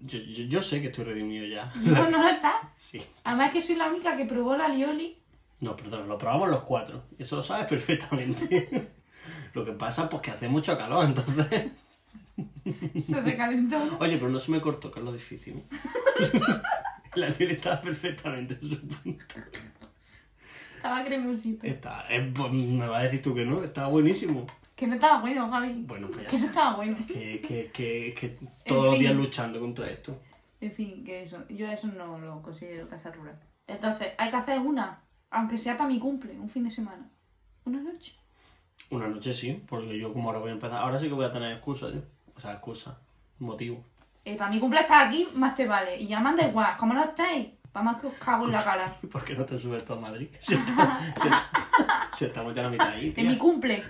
S1: Yo, yo, yo sé que estoy redimido ya.
S2: No, no lo está.
S1: Sí.
S2: Además que soy la única que probó la lioli.
S1: No, perdón, lo probamos los cuatro. y Eso lo sabes perfectamente. lo que pasa pues que hace mucho calor, entonces.
S2: Se recalentó.
S1: Oye, pero no se me cortó, que es lo difícil. ¿eh? La línea estaba perfectamente en su punto.
S2: Estaba cremosito.
S1: Está- eh, pues, me vas a decir tú que no, estaba buenísimo.
S2: Que no estaba bueno, Javi.
S1: Bueno, pues
S2: Que
S1: ya.
S2: no estaba bueno.
S1: Que, que, que, que todos los
S2: fin.
S1: días luchando contra esto.
S2: En fin, que eso. Yo eso no lo considero casa rural. Entonces, hay que hacer una, aunque sea para mi cumple, un fin de semana. Una noche.
S1: Una noche sí, porque yo como ahora voy a empezar, ahora sí que voy a tener excusa yo. O sea, excusa, motivo.
S2: Eh, para mi cumple estás aquí, más te vale. Y ya más da igual. Como no estáis, para más que os cago en la cara.
S1: ¿Por qué no te subes tú a Madrid? Si estamos, si está- si estamos ya a la mitad ahí,
S2: De mi
S1: tía.
S2: cumple.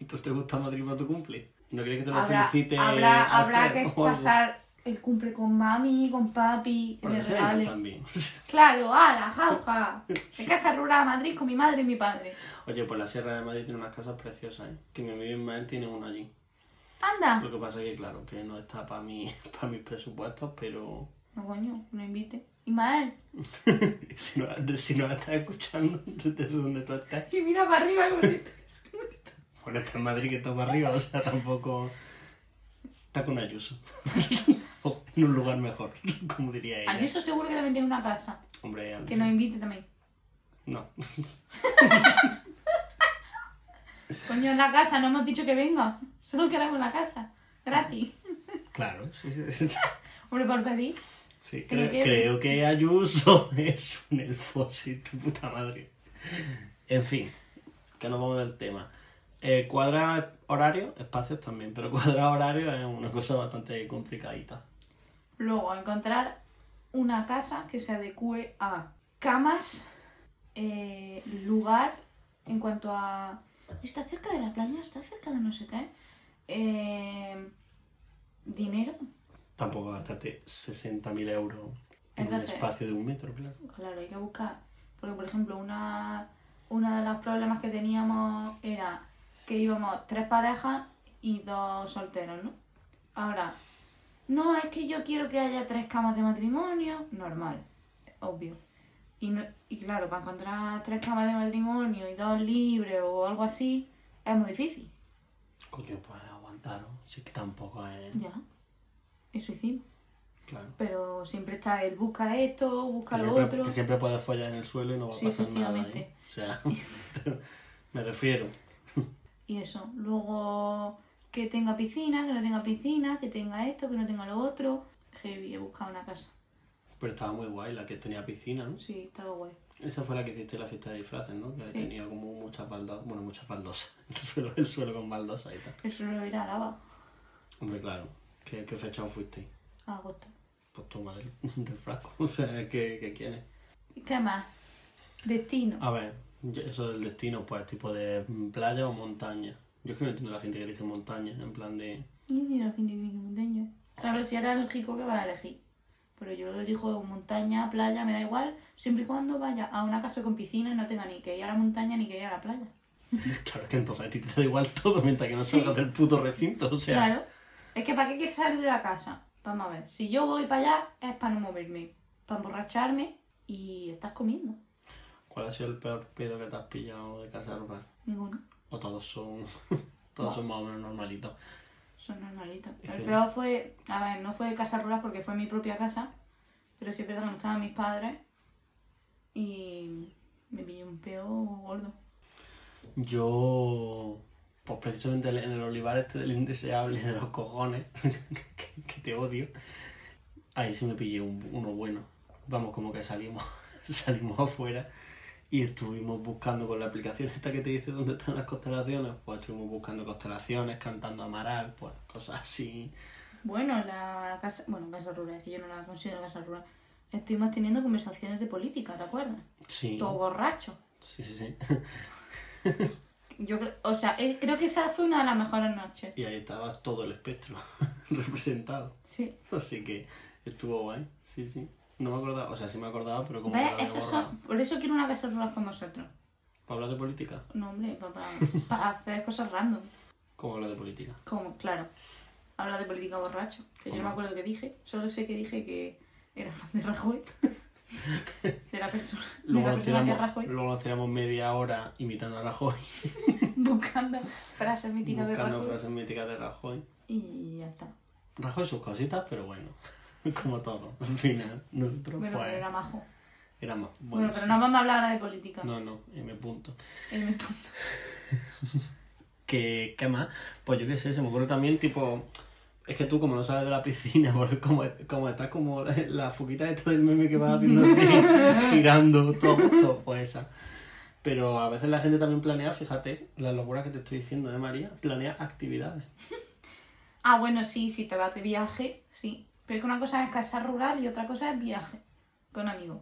S1: ¿Y tú te gusta Madrid para tu cumple? ¿No crees que te lo
S2: Habrá,
S1: felicite
S2: habrá, habrá
S1: Alfred
S2: que
S1: o algo?
S2: pasar el cumple con mami, con papi, que
S1: Porque
S2: me
S1: se vengan
S2: regalen.
S1: también.
S2: Claro, ala, jauja. De casa rural a Madrid con mi madre y mi padre.
S1: Oye, pues la Sierra de Madrid tiene unas casas preciosas, ¿eh? Que mi amigo Ismael tiene una allí.
S2: Anda.
S1: Lo que pasa es que, claro, que no está para mi, para mis presupuestos, pero
S2: No, coño, no invite. Ismael.
S1: si no, si no la estás escuchando desde donde tú estás,
S2: Que mira para arriba como si...
S1: bueno, está en Madrid que está para arriba, o sea, tampoco... Está con Ayuso. o en un lugar mejor, como diría ella.
S2: Ayuso seguro que también tiene una casa.
S1: Hombre, Ayuso.
S2: Que nos invite también.
S1: No.
S2: Coño, en la casa, no hemos dicho que venga. Solo queremos la casa. Gratis.
S1: Claro, sí, sí, sí. sí.
S2: Hombre, por pedir.
S1: Sí,
S2: Creo
S1: creo,
S2: que-
S1: creo que Ayuso es un elfo, sí, tu puta madre. En fin, que nos vamos del tema. Eh, cuadra horario, espacios también, pero cuadra horario es una cosa bastante complicadita.
S2: Luego, encontrar una casa que se adecue a camas, eh, lugar, en cuanto a... Está cerca de la playa, está cerca de no sé qué. Eh, dinero,
S1: Tampoco gastarte 60.000 euros en
S2: Entonces-
S1: un espacio de un metro, claro.
S2: Claro, hay que buscar. Porque, por ejemplo, una, una de los problemas que teníamos era que íbamos tres parejas y dos solteros, ¿no? Ahora, no, es que yo quiero que haya tres camas de matrimonio. Normal, obvio. Y, no- y claro, para encontrar tres camas de matrimonio y dos libres o algo así, es muy difícil.
S1: Coño, pues aguantaron. Sí que tampoco es.
S2: Ya. Eso hicimos.
S1: Claro.
S2: Pero siempre está el busca esto, busca
S1: Que
S2: lo
S1: siempre,
S2: otro.
S1: que siempre puedes follar en el suelo y no va a
S2: Sí,
S1: pasar nada.
S2: efectivamente.
S1: ¿eh? O sea, me refiero.
S2: Y eso, luego que tenga piscina, que no tenga piscina, que tenga esto, que no tenga lo otro. Heavy, he buscado una casa.
S1: Pero estaba muy guay la que tenía piscina, ¿no?
S2: Sí, estaba guay.
S1: Esa fue la que hiciste en la fiesta de disfraces, ¿no? Que
S2: Sí.
S1: tenía como muchas baldosas, bueno, muchas baldosas. El suelo, el suelo con baldosas y tal.
S2: Eso lo era lava,
S1: Hombre, claro. ¿Qué, qué fecha fuisteis?
S2: a agosto.
S1: Pues toma del, del frasco. O sea, ¿qué, qué quieres?
S2: ¿Y qué más? Destino.
S1: A ver, yo- eso del destino, pues tipo de mm, playa o montaña. Yo es que no entiendo a la gente que elige montaña, en plan de...
S2: Y dinero fin de gringo montaña. Claro, si era lógico que vas a elegir. Pero yo lo elijo montaña, playa, me da igual, siempre y cuando vaya a una casa con piscina y no tenga ni que ir a la montaña ni que ir a la playa.
S1: Claro, es que entonces a ti te da igual todo mientras que no
S2: Sí.
S1: salgas del puto recinto, o sea...
S2: Claro. Es que ¿para qué quieres salir de la casa? Vamos a ver, si yo voy para allá es para no moverme, para emborracharme y estás comiendo.
S1: ¿Cuál ha sido el peor pedo que te has pillado de casa rural?
S2: Ninguno.
S1: O todos son... todos son más o menos normalitos.
S2: Son normalitos.
S1: Es
S2: El
S1: que-
S2: peor fue, a ver, no fue de casa rural porque fue mi propia casa, pero sí es verdad que no estaban mis padres y me pillé un peo gordo.
S1: Yo, pues precisamente en el olivar este del indeseable de los cojones, que, que te odio, ahí sí me pillé un- uno bueno. Vamos, como que salimos, salimos afuera y estuvimos buscando con la aplicación esta que te dice dónde están las constelaciones, pues estuvimos buscando constelaciones, cantando amaral, pues cosas así.
S2: Bueno, la casa, bueno, casa rural, es que yo no la considero casa rural. Estuvimos teniendo conversaciones de política, ¿te acuerdas?
S1: Sí,
S2: Todo borracho.
S1: sí, sí, sí.
S2: Yo creo, o sea, eh, creo que esa fue una de las mejores noches.
S1: Y ahí estaba todo el espectro representado.
S2: Sí.
S1: Así que estuvo guay, sí, sí. No me acordaba, o sea, sí me acordaba, pero como que
S2: ¿Ves?
S1: lo había
S2: Esos
S1: borrado.
S2: son, por eso quiero una casa rural con vosotros.
S1: ¿Para hablar de política?
S2: No, hombre, para, para hacer cosas random.
S1: ¿Cómo hablar de política?
S2: Como, claro. Habla de política borracho. Que yo no me acuerdo qué dije. Solo sé que dije que era fan de Rajoy. De la persona, de
S1: Luego
S2: la
S1: nos,
S2: persona que es
S1: tiramos,
S2: Rajoy.
S1: luego nos tiramos media hora imitando a Rajoy,
S2: Buscando frases míticas de
S1: buscando
S2: Rajoy.
S1: frases míticas de Rajoy.
S2: Y ya está.
S1: Rajoy sus cositas, pero bueno, como todo, al final. Nosotros,
S2: Bueno,
S1: pues,
S2: pero era majo.
S1: éramos-
S2: Bueno,
S1: Bueno,
S2: pero
S1: sí.
S2: no vamos a hablar ahora de política.
S1: No, no, M punto.
S2: Es mi punto.
S1: ¿Qué, ¿Qué más? Pues yo qué sé, se me ocurre también, tipo... Es que tú, como no sales de la piscina, porque como, como estás como la, la foquita de todo el meme que vas haciendo así, girando, todo, todo, pues esa. Pero a veces la gente también planea, fíjate, las locuras que te estoy diciendo, ¿eh, María? Planea actividades.
S2: Ah, bueno, sí, si te vas de viaje, sí. Pero es que una cosa es casa rural y otra cosa es viaje con amigos.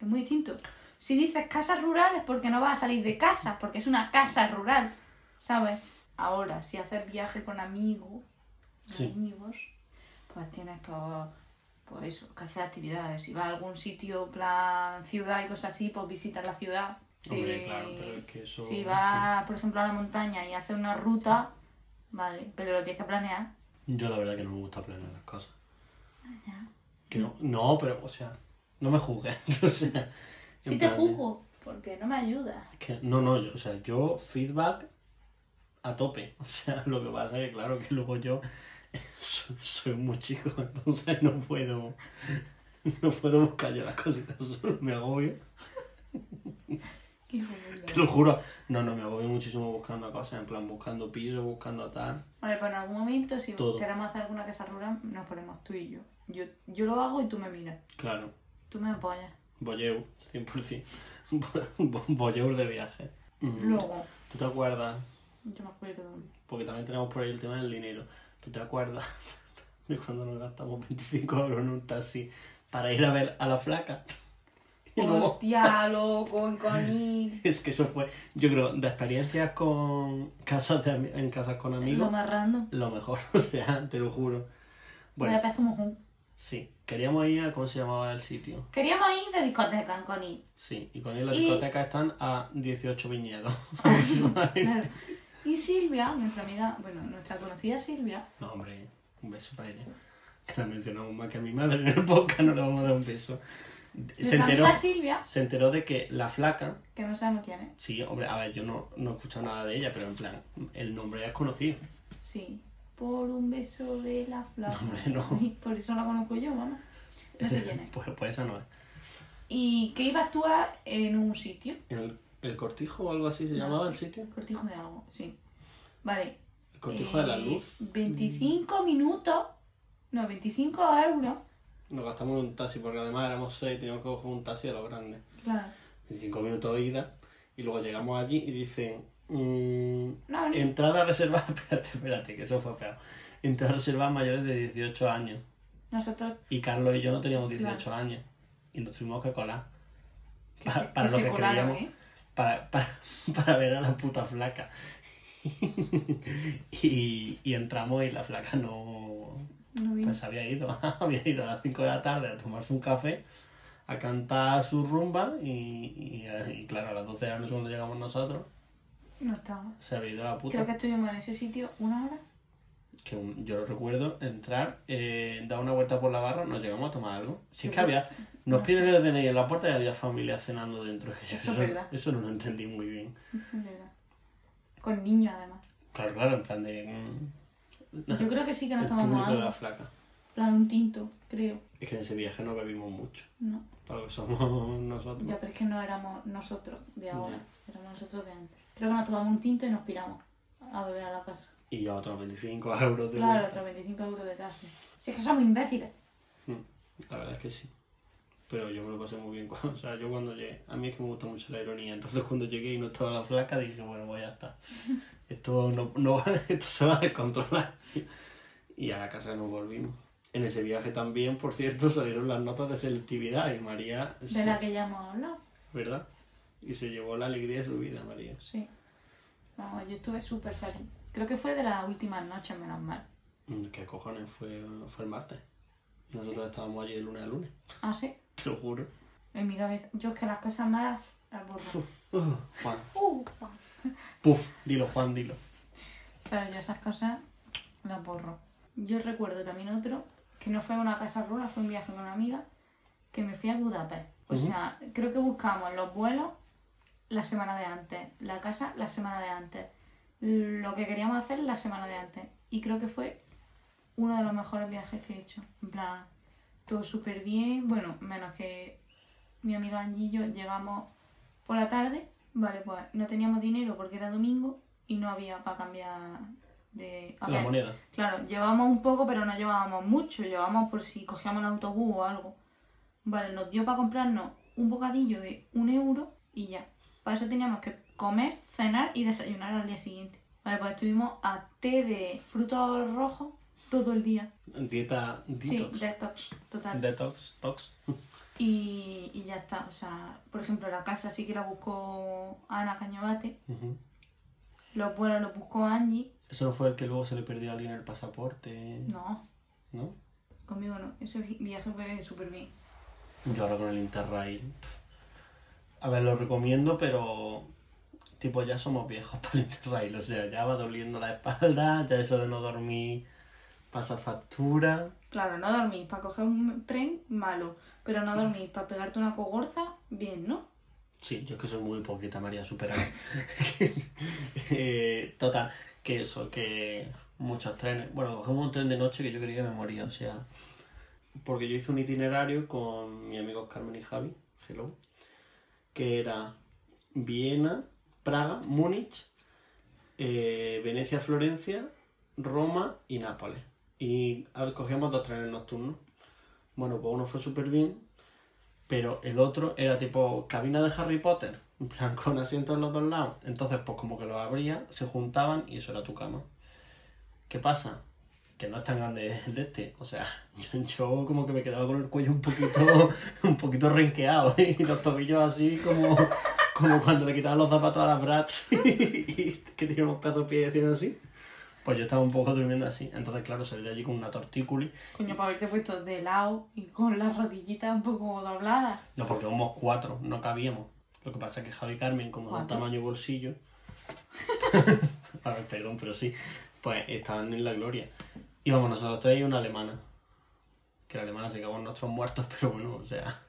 S2: Es muy distinto. Si dices casa rural es porque no vas a salir de casa, porque es una casa rural, ¿sabes? Ahora, si haces viaje con amigos,
S1: Sí.
S2: amigos, pues tienes que, pues eso, que hacer actividades. Si vas a algún sitio, en plan ciudad y cosas así, pues visitas la ciudad. Si,
S1: Hombre, claro, pero es que eso-
S2: si vas, por ejemplo, a la montaña y haces una ruta, vale, pero lo tienes que planear.
S1: Yo la verdad que no me gusta planear las cosas. Que no, no, pero, o sea, no me juzgues. o sea,
S2: Si
S1: en
S2: te
S1: plan,
S2: juzgo, porque no me ayuda.
S1: que- no, no, yo, o sea, yo feedback a tope. O sea, lo que pasa es que, claro, que luego yo soy, soy muy chico, entonces no puedo, no puedo buscar yo las cositas solo, me agobio. Te lo juro. No, no, me agobio muchísimo buscando cosas, en plan, buscando piso, buscando tal.
S2: Vale, pues en algún momento, si
S1: Todo.
S2: queremos hacer alguna casa rural, nos ponemos tú y yo. Yo, yo lo hago y tú me miras.
S1: Claro,
S2: Tú me apoyas.
S1: boyeur, 100%. Bo- boyeur de viaje. Mm.
S2: Luego,
S1: ¿Tú te acuerdas?
S2: yo me acuerdo de un-
S1: Porque también tenemos por ahí el tema del dinero. ¿Tú te acuerdas de cuando nos gastamos 25 euros en un taxi para ir a ver a la flaca? Y
S2: Pues
S1: luego-
S2: Hostia, loco, en Conil.
S1: es que eso fue, yo creo, de experiencias con casas de, ami- en casas con
S2: Lo
S1: amigos,
S2: más random.
S1: lo mejor, o sea, te lo juro.
S2: Bueno.
S1: Bueno, sí, queríamos ir a, ¿cómo se llamaba el sitio?
S2: Queríamos ir de discoteca en Conil.
S1: Sí, y con él las
S2: Y-
S1: discotecas están a 18 viñedos.
S2: Claro. Y Silvia, nuestra amiga, bueno, nuestra conocida Silvia,
S1: No, hombre, un beso para ella. Que la mencionamos más que a mi madre en el podcast, no le vamos a dar un beso. Se
S2: nuestra
S1: enteró,
S2: amiga Silvia,
S1: se enteró de que la flaca,
S2: que no sabemos quién es.
S1: sí, hombre, a ver, yo no, no he escuchado nada de ella, pero en plan, el nombre es conocido.
S2: Sí. Por un beso de la flaca.
S1: Hombre, no.
S2: Y Por eso la conozco yo, vamos. No sé quién es.
S1: Pues, pues esa no es.
S2: y que iba a actuar en un sitio.
S1: ¿El, el cortijo o algo así se
S2: No
S1: llamaba
S2: sé.
S1: el sitio?
S2: Cortijo de algo, sí. Vale.
S1: El cortijo de la
S2: eh,
S1: luz. Mm.
S2: 25 minutos. No, 25 euros.
S1: Mm. Nos gastamos en un taxi porque además éramos seis y teníamos que coger un taxi de lo grande.
S2: Claro.
S1: 25 minutos de ida y luego llegamos allí y dicen mm,
S2: No, ni-
S1: entrada reservada espérate espérate que eso fue peor entrada reservada mayores de 18 años
S2: Nosotros
S1: y Carlos y yo no teníamos 18
S2: Claro.
S1: años y nos tuvimos que colar
S2: que
S1: pa-
S2: se-
S1: para
S2: que
S1: lo
S2: se
S1: que
S2: colaron,
S1: creíamos
S2: ¿eh?
S1: para, para, para ver a la puta flaca y, y entramos y la flaca no
S2: No vino.
S1: pues había ido había ido a las 5 de la tarde a tomarse un café a cantar su rumba y, y, y claro a las 12 de la noche cuando llegamos nosotros
S2: No estaba.
S1: Se había ido a la puta.
S2: Creo que estuvimos en ese sitio una hora.
S1: Que un- yo lo recuerdo, entrar, eh, dar una vuelta por la barra, nos llegamos a tomar algo. Si es que
S2: Yo
S1: había... Nos
S2: no
S1: piden el DNI en la puerta y había familia cenando dentro. Es que yo
S2: Eso
S1: eso,
S2: es verdad.
S1: eso no lo entendí muy bien.
S2: Es verdad. Con niños, además.
S1: Claro, claro, en plan de... mm,
S2: Yo creo que sí que nos
S1: el público
S2: tomamos
S1: de la
S2: algo.
S1: flaca.
S2: plan un tinto, creo.
S1: Es que en ese viaje no bebimos mucho.
S2: No.
S1: Para lo que somos nosotros.
S2: Ya, pero es que no éramos nosotros de ahora.
S1: Pues Ya.
S2: Éramos nosotros de antes. Creo que nos tomamos un tinto y nos piramos a beber a la casa.
S1: Y ya otros 25 euros de
S2: Claro,
S1: vuelta.
S2: otros 25 euros de taxi. Si es que somos imbéciles.
S1: La verdad es que sí. Pero yo me lo pasé muy bien. cuando- o sea, yo cuando llegué... A mí es que me gusta mucho la ironía. Entonces cuando llegué y no estaba la flaca, dije, bueno, voy a estar. Esto, no, no va- esto se va a descontrolar. Y a la casa nos volvimos. En ese viaje también, por cierto, salieron las notas de selectividad y María...
S2: De
S1: sí,
S2: la que ya hemos hablado.
S1: ¿Verdad? Y se llevó la alegría de su vida, María.
S2: Sí. Vamos, yo estuve súper feliz. Creo que fue de las últimas noches, menos mal.
S1: Mm, ¿Qué cojones? Fue, fue el martes. Nosotros estábamos allí de lunes a lunes.
S2: Ah, sí.
S1: Te lo juro.
S2: En mi cabeza. Yo es que las cosas malas las borro.
S1: Uf, Juan.
S2: Uh,
S1: Puf, dilo, Juan, dilo.
S2: Claro, yo esas cosas las borro. Yo recuerdo también otro, que no fue a una casa rural, fue un viaje con una amiga, que me fui a Budapest. O
S1: Ujú.
S2: sea, creo que buscamos los vuelos la semana de antes, la casa la semana de antes, lo que queríamos hacer la semana de antes. Y creo que fue uno de los mejores viajes que he hecho. En plan, todo súper bien. Bueno, menos que mi amiga Angie y yo llegamos por la tarde. Vale, pues no teníamos dinero porque era domingo y no había para cambiar de... a
S1: La
S2: ver,
S1: moneda.
S2: Claro, llevábamos un poco, pero no llevábamos mucho. Llevábamos por si cogíamos el autobús o algo. Vale, nos dio para comprarnos un bocadillo de un euro y ya. Para eso teníamos que comer, cenar y desayunar al día siguiente. Vale, pues estuvimos a té de frutos rojos todo el día.
S1: Dieta detox.
S2: Sí, detox, total.
S1: Detox, tox.
S2: y, y ya está. O sea, por ejemplo, la casa sí que la buscó Ana Cañabate. Los vuelos los buscó Angie.
S1: Eso no fue el que luego se le perdió a alguien el pasaporte,
S2: No,
S1: ¿no?
S2: Conmigo no. Ese vi- viaje fue súper bien.
S1: Yo ahora con el Interrail. pff. A ver, lo recomiendo, pero. Tipo, ya somos viejos para el Interrail. O sea, ya va doliendo la espalda, ya eso de no dormir pasa factura.
S2: Claro, no dormís para coger un tren, malo. Pero no dormís para pegarte una cogorza, bien, ¿no?
S1: Sí, yo es que soy muy hipócrita, María, superar. Eh, total, que eso, que muchos trenes. Bueno, cogemos un tren de noche que yo quería que me moría, o sea. Porque yo hice un itinerario con mis amigos Carmen y Javi, hello, que era Viena, Praga, Múnich, eh, Venecia, Florencia, Roma y Nápoles. Y a ver, cogíamos dos trenes nocturnos. Bueno, pues uno fue súper bien, pero el otro era tipo cabina de Harry Potter, en plan con asientos en los dos lados. Entonces, pues como que los abría, se juntaban y eso era tu cama. ¿Qué pasa? Que no es tan grande el de este. O sea, yo, yo como que me quedaba con el cuello un poquito, un poquito renqueado ¿eh? y los tobillos así como, como cuando le quitaban los zapatos a las brats y, que tenían unos pedazos de pie haciendo así. Pues yo estaba un poco durmiendo así. Entonces, claro, salí de allí con una tortículi
S2: Coño, para haberte puesto de lado y con las rodillitas un poco dobladas.
S1: No, porque éramos cuatro, no cabíamos. Lo que pasa es que Javi y Carmen, como de
S2: ¿Cuatro?
S1: tamaño bolsillo. a ver, perdón, pero sí. Pues estaban en la gloria. Íbamos nosotros tres y una alemana. Que la alemana se cagó en nuestros muertos, pero bueno, o sea.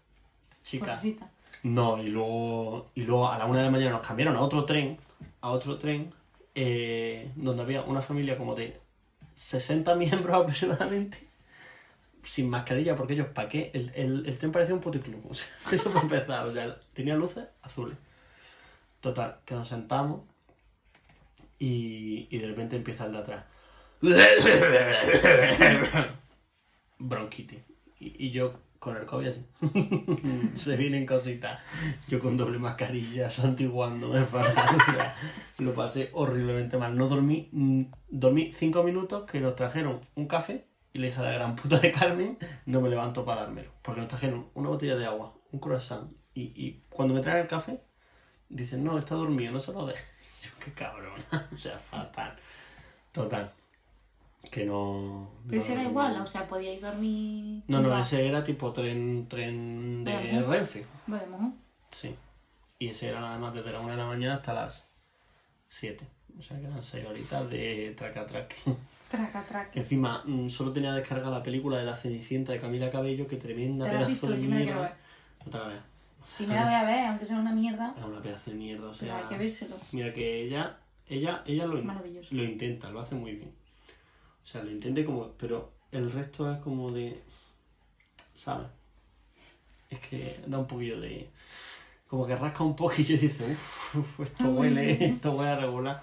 S1: Chicas.
S2: Pobrecita.
S1: No, y luego, y luego a la una de la mañana nos cambiaron a otro tren, a otro tren, eh, donde había una familia como de 60 miembros aproximadamente, sin mascarilla, porque ellos, ¿para qué? El, el, el tren parecía un puticlub, o sea, eso para empezar, o sea, tenía luces azules. Total, que nos sentamos y, y de repente empieza el de atrás. Bronquitis. Y, y yo con el COVID así.
S2: Mm.
S1: Se vienen cositas. Yo con doble mascarilla, santiguándome fatal. O sea, lo pasé horriblemente mal. No dormí. mm, Dormí cinco minutos que nos trajeron un café y le dije a la gran puta de Carmen, no me levanto para dármelo. Porque nos trajeron una botella de agua, un croissant. Y, y cuando me traen el café, dicen, no, está dormido, no se lo dejes. Yo, qué cabrón. O sea, fatal. Total. Que no.
S2: Pero
S1: no
S2: ese era
S1: lo
S2: igual,
S1: recomiendo.
S2: o sea, podíais dormir.
S1: No, no,
S2: tumbado.
S1: ese era tipo tren, tren de
S2: Ajá.
S1: Renfe.
S2: Vale, mojón.
S1: Sí. Y ese era nada más desde la 1 de la mañana hasta las 7. O sea que eran 6 horitas de traca traca.
S2: Traca, traca.
S1: Encima, mm, solo tenía descargada la película de la Cenicienta de Camila Cabello, que tremenda
S2: ¿Te la has
S1: pedazo
S2: visto?
S1: de
S2: Yo me la quiero
S1: mierda.
S2: ver.
S1: No te la veas.
S2: Si me la voy a ver, aunque sea una mierda,
S1: Es una pedazo de mierda, o
S2: pero hay
S1: sea.
S2: que vérselo.
S1: Mira que ella, ella, ella lo, in-
S2: Maravilloso.
S1: lo intenta, lo hace muy bien. O sea, lo intenta y como. Pero el resto es como de. ¿Sabes? Es que da un poquillo de. Como que rasca un poquillo y dice, uff, esto huele, esto huele a regular.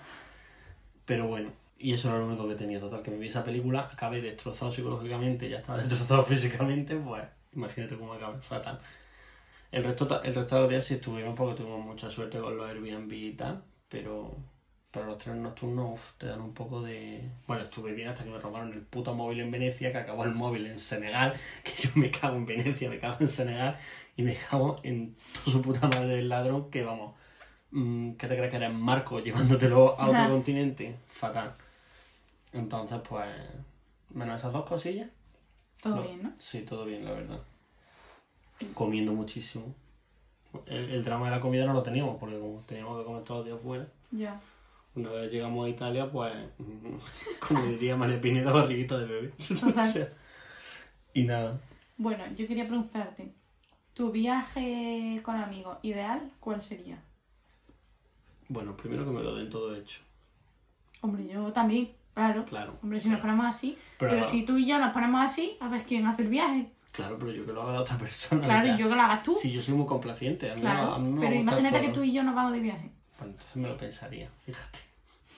S1: Pero bueno, y eso era lo único que tenía. Total, que me vi esa película, acabé destrozado psicológicamente, ya estaba destrozado físicamente, pues imagínate cómo acabé, fatal. El resto, ta- el resto de los días sí estuvieron porque tuvimos mucha suerte con los Airbnb y tal, pero, pero los trenes nocturnos uf, te dan un poco de... Bueno, estuve bien hasta que me robaron el puto móvil en Venecia, que acabó el móvil en Senegal, que yo me cago en Venecia, me cago en Senegal y me cago en toda su puta madre del ladrón que vamos... mm, ¿Qué te crees que eres Marco llevándotelo a otro
S2: Ajá.
S1: continente? Fatal. Entonces, pues, menos esas dos cosillas.
S2: Todo
S1: No,
S2: bien, ¿no?
S1: Sí, todo bien, la verdad. Comiendo muchísimo. El, el drama de la comida no lo teníamos, porque como teníamos que comer todos los días fuera,
S2: Ya.
S1: una vez llegamos a Italia, pues, como diría María Pineda, barriguita de bebé.
S2: Total.
S1: O sea, y nada.
S2: Bueno, yo quería preguntarte, ¿tu viaje con amigos ideal cuál sería?
S1: Bueno, primero que me lo den todo hecho,
S2: Hombre, yo también, claro.
S1: claro.
S2: Hombre, si nos ponemos así.
S1: Pero-
S2: Pero, si tú y yo nos ponemos así, a ver quién hace el viaje.
S1: Claro, pero yo que lo haga la otra persona.
S2: Claro,
S1: o sea,
S2: y yo que lo hagas tú.
S1: Sí, yo soy muy complaciente. A mí,
S2: claro.
S1: a mí me
S2: Pero
S1: gusta
S2: imagínate
S1: todo.
S2: que tú y yo nos vamos de viaje.
S1: Bueno, entonces me lo pensaría, fíjate.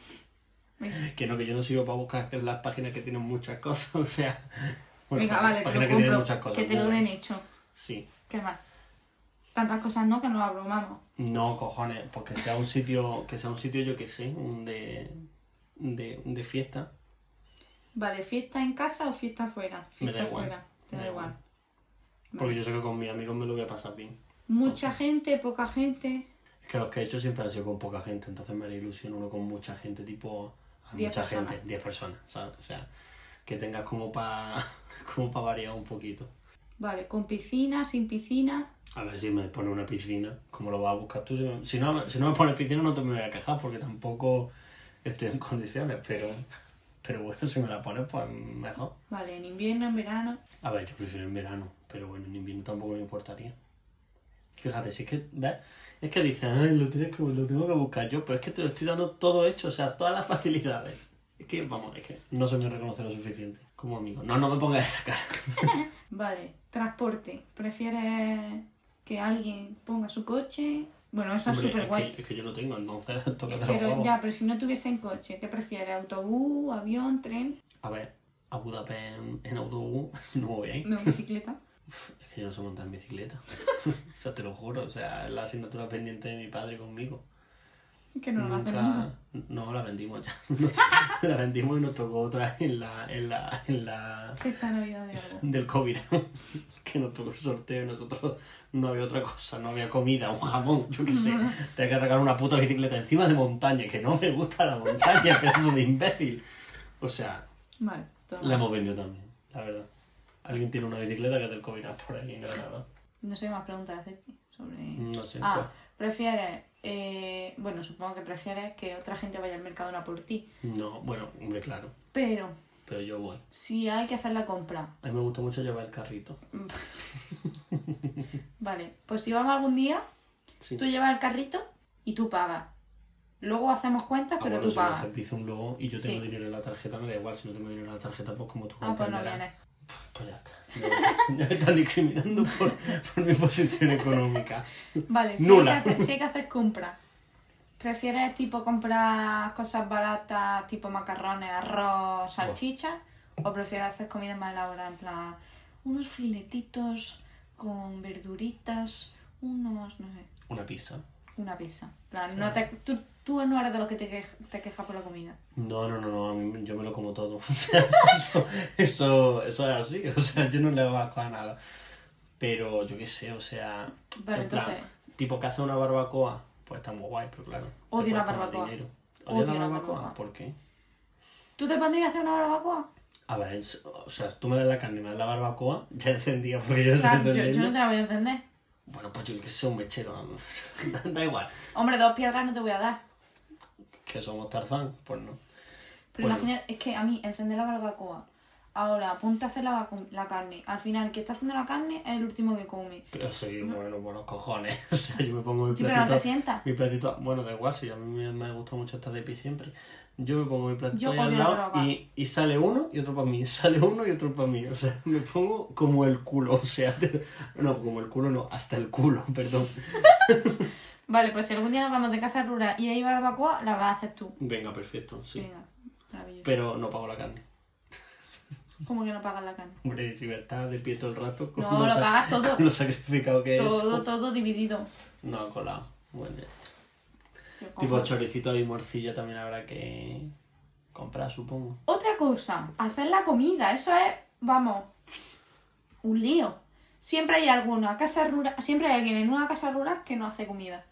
S2: Venga,
S1: Que no, que yo no sirvo para buscar las páginas que tienen muchas cosas, o sea.
S2: Venga,
S1: pá-
S2: vale, te
S1: páginas
S2: lo
S1: que tienen
S2: compro.
S1: muchas cosas.
S2: que te lo
S1: Google.
S2: den hecho.
S1: Sí.
S2: Qué mal. Tantas cosas no que nos abrumamos.
S1: No, cojones, porque sea un sitio, que sea un sitio, yo que sé, un de, de, de fiesta.
S2: Vale, ¿fiesta en casa o fiesta afuera?
S1: Me da
S2: Fiesta
S1: igual.
S2: afuera.
S1: Me
S2: Te da
S1: da
S2: igual.
S1: igual. Porque yo sé que con mis amigos me lo voy a pasar bien.
S2: Mucha gente, poca gente.
S1: Es que los que he hecho siempre han sido con poca gente, entonces me la ilusión uno con mucha gente, tipo. a
S2: Diez
S1: mucha
S2: personas.
S1: gente, 10 personas, ¿sabes? O sea, que tengas como para como pa variar un poquito.
S2: Vale, con piscina, sin piscina.
S1: A ver si me pone una piscina, como lo vas a buscar tú. Si no- Si no, si no me pone piscina no te me voy a quejar porque tampoco estoy en condiciones, pero, pero bueno, si me la pones pues mejor.
S2: Vale, en invierno, en verano.
S1: A ver, yo prefiero en verano, pero bueno, en invierno tampoco me importaría. Fíjate, si es que, ¿ves? Es que dices, ay, lo, tienes que, lo tengo que buscar yo, pero es que te lo estoy dando todo hecho, o sea, todas las facilidades. Es que, vamos, es que no se me reconoce lo suficiente como amigo. No, no me pongas esa cara.
S2: Vale, transporte. ¿Prefieres que alguien ponga su coche? Bueno, eso
S1: Hombre,
S2: es súper guay.
S1: es, que, es que yo lo tengo, entonces tócate los
S2: Pero
S1: huevos.
S2: ya, pero si no tuviesen coche, ¿qué prefieres? ¿Autobús, avión, tren?
S1: A ver, a Budapest en, en autobús no voy a ir.
S2: No, bicicleta.
S1: Es que yo no sé montar en bicicleta. o sea, te lo juro, o sea, es la asignatura pendiente de mi padre conmigo.
S2: Que no lo hacen nunca.
S1: No, la vendimos ya. la vendimos y nos tocó otra en la, en la, en la
S2: Esta Navidad de algo.
S1: del COVID. que nos tocó el sorteo y nosotros no había otra cosa, no había comida, un jamón, yo qué sé. Tenía que regalar una puta bicicleta encima de montaña, que no me gusta la montaña, pedazo de imbécil. O sea,
S2: Vale, toma.
S1: la hemos vendido también, la verdad. Alguien tiene una bicicleta que es del COVID ah, por ahí en Granada.
S2: No sé qué más preguntas hacerte sobre...
S1: No sé. pues,
S2: Ah, prefieres... eh, Bueno, supongo que prefieres que otra gente vaya al Mercadona por ti.
S1: pues, no, bueno, hombre, claro.
S2: Pero
S1: Pero yo voy.
S2: si hay que hacer la compra...
S1: A mí me gusta mucho llevar el carrito.
S2: Vale, pues si vamos algún día,
S1: Sí.
S2: tú llevas el carrito y tú pagas. Luego hacemos cuentas,
S1: Ah,
S2: pero
S1: bueno,
S2: tú
S1: si me
S2: pagas.
S1: haces bizum luego y yo tengo
S2: Sí.
S1: dinero en la tarjeta, me da igual. Si no tengo dinero en la tarjeta, pues como tú
S2: Ah, pues no
S1: comprenderás.
S2: vienes.
S1: Pues ya está. Ya me- Ya me están discriminando por, por mi posición económica.
S2: Vale, si
S1: Nula.
S2: hay que hacer, si hay que hacer compras, ¿prefieres tipo comprar cosas baratas, tipo macarrones, arroz, salchicha? ¿O prefieres hacer comida más elaborada, en plan unos filetitos con verduritas, unos, no sé,
S1: Una pizza.
S2: una pizza? En plan, no te, tú, tú no eres de los que te, quej- te quejas por la comida.
S1: No, no, no, no, a mí- yo me lo como todo. eso, eso, eso es así, o sea, yo no le hago asco a nada. Pero yo qué sé, o sea,
S2: Vale,
S1: en plan,
S2: entonces-
S1: tipo que hace una barbacoa, pues está muy guay, pero claro. te
S2: Odio la
S1: cuesta más
S2: barbacoa.
S1: dinero.
S2: Odio
S1: ¿Odio la
S2: la
S1: barbacoa?
S2: barbacoa.
S1: ¿Por qué?
S2: ¿Tú te pondrías a hacer una barbacoa?
S1: A ver, es- o sea, tú me das la carne, me das la barbacoa, ya encendía porque yo no estoy
S2: Claro, yo, yo
S1: encendiendo.
S2: no te la voy a encender.
S1: Bueno, pues yo qué sé, un mechero, vamos. da igual.
S2: Hombre, dos piedras no te voy a dar.
S1: Que somos Tarzán, pues no.
S2: Pero
S1: Bueno.
S2: imagina, es que a mí, encender la barbacoa. Ahora, ponte a hacer la, vacu- la carne. Al final, el que está haciendo la carne es el último que come.
S1: Pero soy bueno, buenos cojones. O sea, yo me pongo mi
S2: Sí, pero no
S1: platito.
S2: te sientas.
S1: mi platito, bueno, da igual, si a mí me, me gusta mucho estar de pie siempre. Yo me pongo mi platito
S2: Yo
S1: ahí
S2: odio
S1: al
S2: la
S1: lado
S2: barbacoa.
S1: y, y sale uno y otro para mí, sale uno y otro para mí. O sea, me pongo como el culo, o sea, te- no, como el culo no, hasta el culo, perdón.
S2: Vale, pues si algún día nos vamos de casa rural y hay barbacoa, la vas a hacer tú.
S1: Venga, perfecto, sí.
S2: Venga, maravilloso.
S1: Pero no pago la carne.
S2: ¿Cómo que no pagas la carne?
S1: Hombre, si me estás de pie todo el rato, con,
S2: No,
S1: lo,
S2: lo
S1: sa-
S2: pagas todo.
S1: con lo sacrificado que
S2: Todo,
S1: es.
S2: todo dividido.
S1: No, colado. Bueno, ya.
S2: Yo
S1: tipo
S2: como.
S1: choricito y morcilla también habrá que comprar, supongo.
S2: Otra cosa, hacer la comida. Eso es, vamos, un lío. Siempre hay alguna casa rural, siempre hay alguien en una casa rural que no hace comida.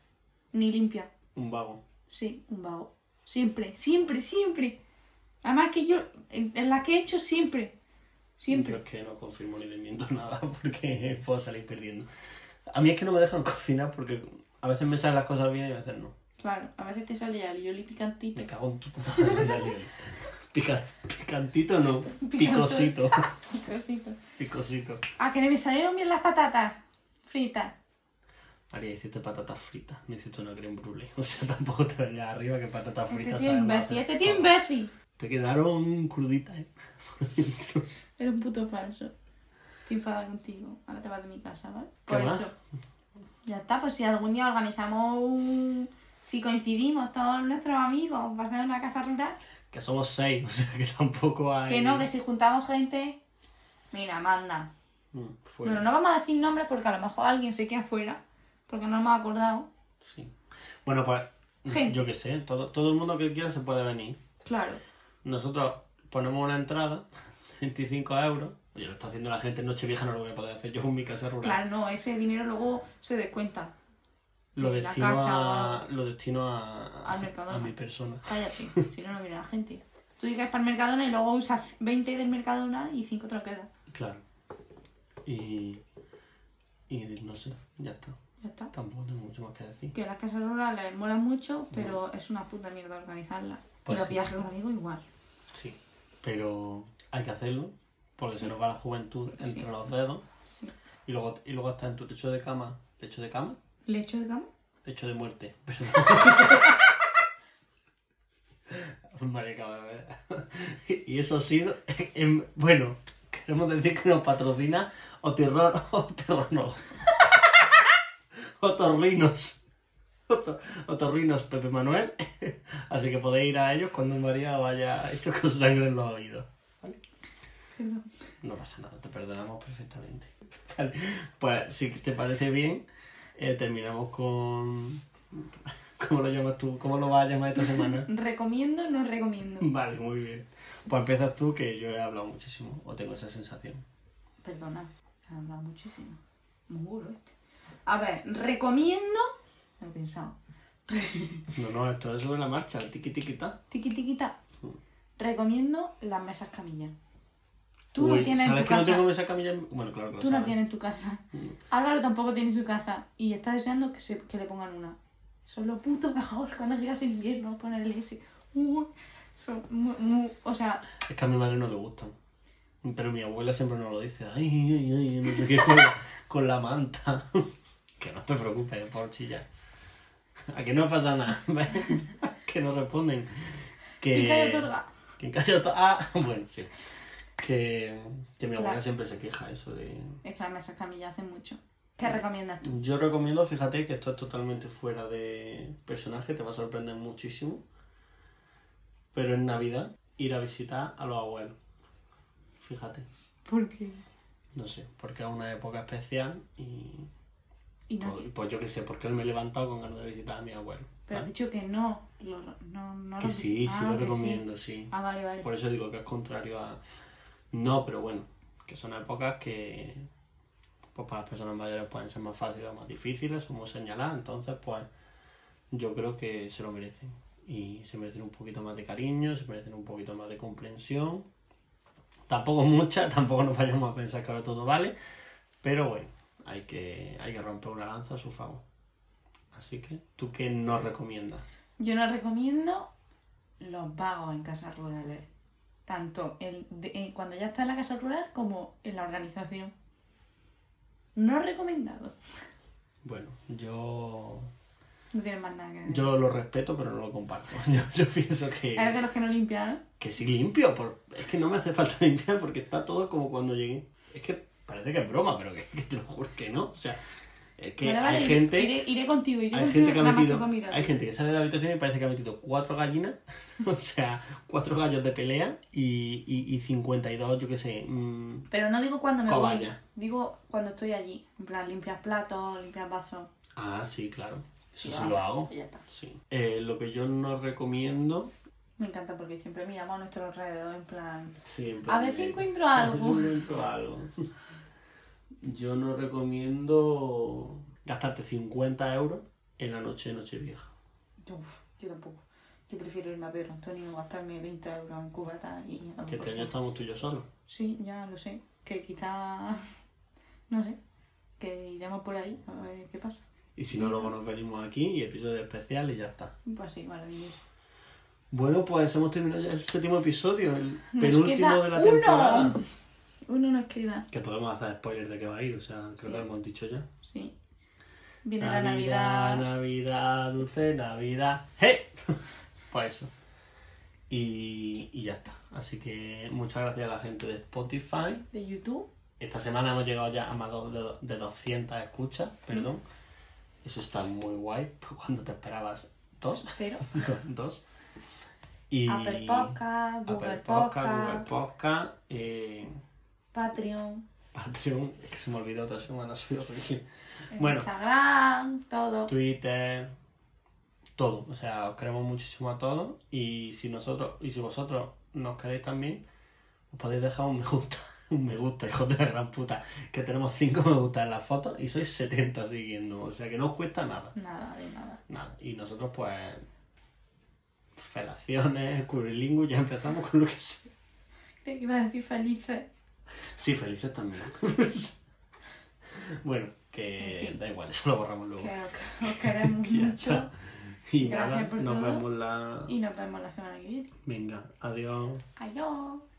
S2: Ni limpia.
S1: Un vago.
S2: Sí, un vago. Siempre, siempre, siempre. Además que yo, en, en la que he hecho siempre.
S1: Yo
S2: Siempre.
S1: es que no confirmo ni desmiento nada porque puedo salir perdiendo. A mí es que no me dejan cocinar porque a veces me salen las cosas bien y a veces no.
S2: Claro, a veces te sale al yoli picantito.
S1: Me cago en tu puta madre. Daniel. Pica- picantito no, picosito.
S2: Cosito.
S1: Picosito.
S2: Ah, que me salieron bien las patatas fritas.
S1: María, hiciste patatas fritas, me hiciste una creme brulee. O sea, tampoco te vengas arriba que patatas
S2: Este
S1: fritas
S2: tío
S1: saben más hacer
S2: imbécil, este tío
S1: todo.
S2: imbécil.
S1: Te quedaron cruditas, ¿eh? Por dentro.
S2: Era un puto falso. Estoy enfadada contigo. Ahora te vas de mi casa, ¿vale?
S1: ¿Qué
S2: Por
S1: más?
S2: eso. Ya está, pues si algún día organizamos un... Si coincidimos todos nuestros amigos para hacer una casa rural,
S1: que somos seis, o sea, que tampoco hay...
S2: Que no, que si juntamos gente. Mira, manda.
S1: Mm, fuera.
S2: Bueno, no vamos a decir nombres porque a lo mejor alguien se queda afuera. Porque no hemos acordado.
S1: Sí. Bueno, pues
S2: Gente.
S1: yo qué sé, todo, todo el mundo que quiera se puede venir.
S2: Claro.
S1: Nosotros ponemos una entrada, 25 euros. Oye, lo está haciendo la gente en Nochevieja, no lo voy a poder hacer yo en mi casa rural.
S2: Claro, no, ese dinero luego se descuenta.
S1: Lo
S2: de la
S1: destino,
S2: casa o
S1: a,
S2: algo.
S1: lo destino a,
S2: Al Mercadona.
S1: a mi persona.
S2: Cállate, si no, no viene la gente. Tú dices para el Mercadona y luego usas 20 del Mercadona y 5 te lo quedas.
S1: Claro. Y. Y no sé, ya está.
S2: Ya está.
S1: Tampoco tengo mucho más que decir.
S2: Que las casas rurales molan mucho, pero es una puta mierda organizarlas.
S1: Pues
S2: y los
S1: sí.
S2: viajes con amigos igual.
S1: Sí. Pero hay que hacerlo, porque se nos va la juventud entre
S2: Sí.
S1: los dedos.
S2: Sí.
S1: Y luego, y luego está en tu techo de cama. ¿Techo de cama?
S2: ¿Lecho de cama?
S1: Techo de muerte, perdón. Marica, Pues, a ver. Y eso ha sido. em, bueno, queremos decir que nos patrocina o terror. O terror no. Otorrinos. Oto- Otorrinos Pepe Manuel. Así que podéis ir a ellos cuando María vaya hecho con sangre en los oídos.
S2: Pero-
S1: No pasa nada, te perdonamos perfectamente. Vale, pues si te parece bien, eh, terminamos con... ¿Cómo lo llamas tú? ¿Cómo lo vas a llamar esta semana?
S2: ¿Recomiendo o no recomiendo?
S1: vale, muy bien. Pues empiezas tú, que yo he hablado muchísimo, o tengo esa sensación.
S2: Perdona, que ha hablado muchísimo. Mongolo este. A ver, recomiendo. No lo he pensado.
S1: No, no, esto es sobre la marcha, el tiqui tiquita.
S2: Tiqui tiquita.
S1: Mm.
S2: Recomiendo las mesas camilla. Tú
S1: Uy,
S2: no tienes en
S1: ¿Sabes
S2: tu
S1: que no
S2: casa.
S1: tengo mesa camilla? en- Bueno, claro que lo
S2: Tú no
S1: sabes.
S2: tienes en tu casa. Álvaro tampoco tiene su casa y está deseando que, se, que le pongan una. Son lo puto mejor cuando llegas el invierno ponerle ese. Uy, son muy- muy- o sea,
S1: Es que a mi madre no le gustan. Pero mi abuela siempre nos lo dice. Ay, ay, ay, no sé qué, con, la- con la manta. que no te preocupes, por chillar. A que no pasa nada. que no responden. Que...
S2: ¿quién cae otorga?
S1: Que calla otorga. Ah, bueno, sí. Que, que mi abuela
S2: La-
S1: siempre se queja eso de...
S2: Es que las mesas camilla hacen mucho. ¿Qué recomiendas tú?
S1: Yo recomiendo, fíjate que esto es totalmente fuera de personaje, te va a sorprender muchísimo. Pero en Navidad, ir a visitar a los abuelos. Fíjate.
S2: Porque.
S1: No sé, porque es una época especial y.
S2: Y
S1: Pues,
S2: nadie.
S1: pues yo qué sé, porque hoy me he levantado con ganas de visitar a mi abuelo.
S2: Pero has
S1: ¿vale?
S2: dicho que no. lo- no, no
S1: ¿Ah? Que
S2: lo-
S1: sí, sí
S2: Ah,
S1: lo
S2: que sí.
S1: recomiendo, sí.
S2: Ah, vale, vale.
S1: Por eso digo que es contrario a. No, pero bueno, que son épocas que. Pues para las personas mayores pueden ser más fáciles o más difíciles, como señalar, entonces pues. Yo creo que se lo merecen. Y se merecen un poquito más de cariño, se merecen un poquito más de comprensión. Tampoco mucha, tampoco nos vayamos a pensar que ahora todo vale. Pero bueno, hay que, hay que romper una lanza a su favor. Así que, ¿tú qué nos recomiendas?
S2: Yo no recomiendo los vagos en casas rurales. Tanto el de- en- cuando ya está en la casa rural como en la organización. No recomendado.
S1: Bueno, yo
S2: No tienes más nada que decir.
S1: Yo lo respeto, pero no lo comparto. Yo, yo pienso
S2: Eres de
S1: que,
S2: los que no limpian.
S1: que sí limpio. por- es que no me hace falta limpiar porque está todo como cuando llegué. Es que parece que es broma, pero que, que te lo juro que no. O sea, es que
S2: Vale,
S1: hay
S2: vale, iré-
S1: gente...
S2: Iré, iré contigo. Iré
S1: Hay
S2: contigo
S1: gente, que ha
S2: nada más
S1: metido,
S2: para mirar.
S1: hay gente que sale de la habitación y parece que ha metido cuatro gallinas, o sea, cuatro gallos de pelea y, y, y 52, yo qué sé, mm,
S2: Pero no digo cuando me
S1: Cobaya.
S2: voy. Digo cuando estoy allí. En plan, limpias platos, limpias vasos.
S1: Ah, sí, claro. Eso
S2: Y
S1: sí
S2: ya.
S1: lo hago.
S2: Y ya está.
S1: Sí. Eh, lo que yo no recomiendo...
S2: Me encanta porque siempre miramos a nuestro alrededor en plan...
S1: siempre
S2: A ver si encuentro algo.
S1: Yo encuentro algo. Yo no recomiendo gastarte 50 euros en la noche de Nochevieja.
S2: Uf, yo tampoco. Yo prefiero irme a Pedro Antonio, gastarme 20 euros en cubata y... a
S1: Que este
S2: tomar por
S1: año
S2: culo.
S1: estamos tú y yo solos.
S2: Sí, ya lo sé. Que quizá... No sé. Que iremos por ahí a ver qué pasa.
S1: Y si no, luego nos venimos aquí y episodio especial y ya está.
S2: Pues sí, maravilloso.
S1: Bueno, pues hemos terminado ya el séptimo episodio, el
S2: Nos
S1: penúltimo
S2: queda
S1: de la
S2: uno.
S1: temporada.
S2: Uno nos queda.
S1: Que podemos hacer spoilers de que va a ir, o sea, creo que lo hemos dicho ya.
S2: Sí. Viene la Navidad.
S1: Navidad, dulce Navidad. ¡Hey! pues eso. Y, y ya está. Así que muchas gracias a la gente de Spotify.
S2: De YouTube.
S1: Esta semana hemos llegado ya a más do- de, de 200 escuchas, perdón.
S2: Mm.
S1: Eso está muy guay, pues cuando te esperabas dos.
S2: Cero.
S1: dos. Y
S2: Apple Podcast, Google
S1: Apple Podcast, Google
S2: Podcast,
S1: Podcast, eh,
S2: Patreon,
S1: Patreon, que se me olvidó otra semana, soy horrible.
S2: en
S1: Bueno.
S2: eh, Instagram, todo.
S1: Twitter, todo. O sea, os queremos muchísimo a todos. Y si nosotros, y si vosotros nos queréis también, os podéis dejar un me gusta. Un me gusta, hijos de la gran puta. Que tenemos 5 me gusta en las fotos y sois 70 siguiendo. O sea que no os cuesta nada.
S2: Nada de nada.
S1: Nada. Y nosotros, pues. felaciones, currilingüe, ya empezamos con lo que sea.
S2: Creí que iba a decir felices.
S1: Sí, felices también. bueno, que
S2: En fin.
S1: da igual, eso lo borramos luego.
S2: Que os- os queremos
S1: Y ya
S2: mucho.
S1: está. Y
S2: Gracias
S1: nada,
S2: por
S1: nos
S2: todo.
S1: vemos la.
S2: Y nos vemos la semana que viene.
S1: Venga, adiós.
S2: Adiós.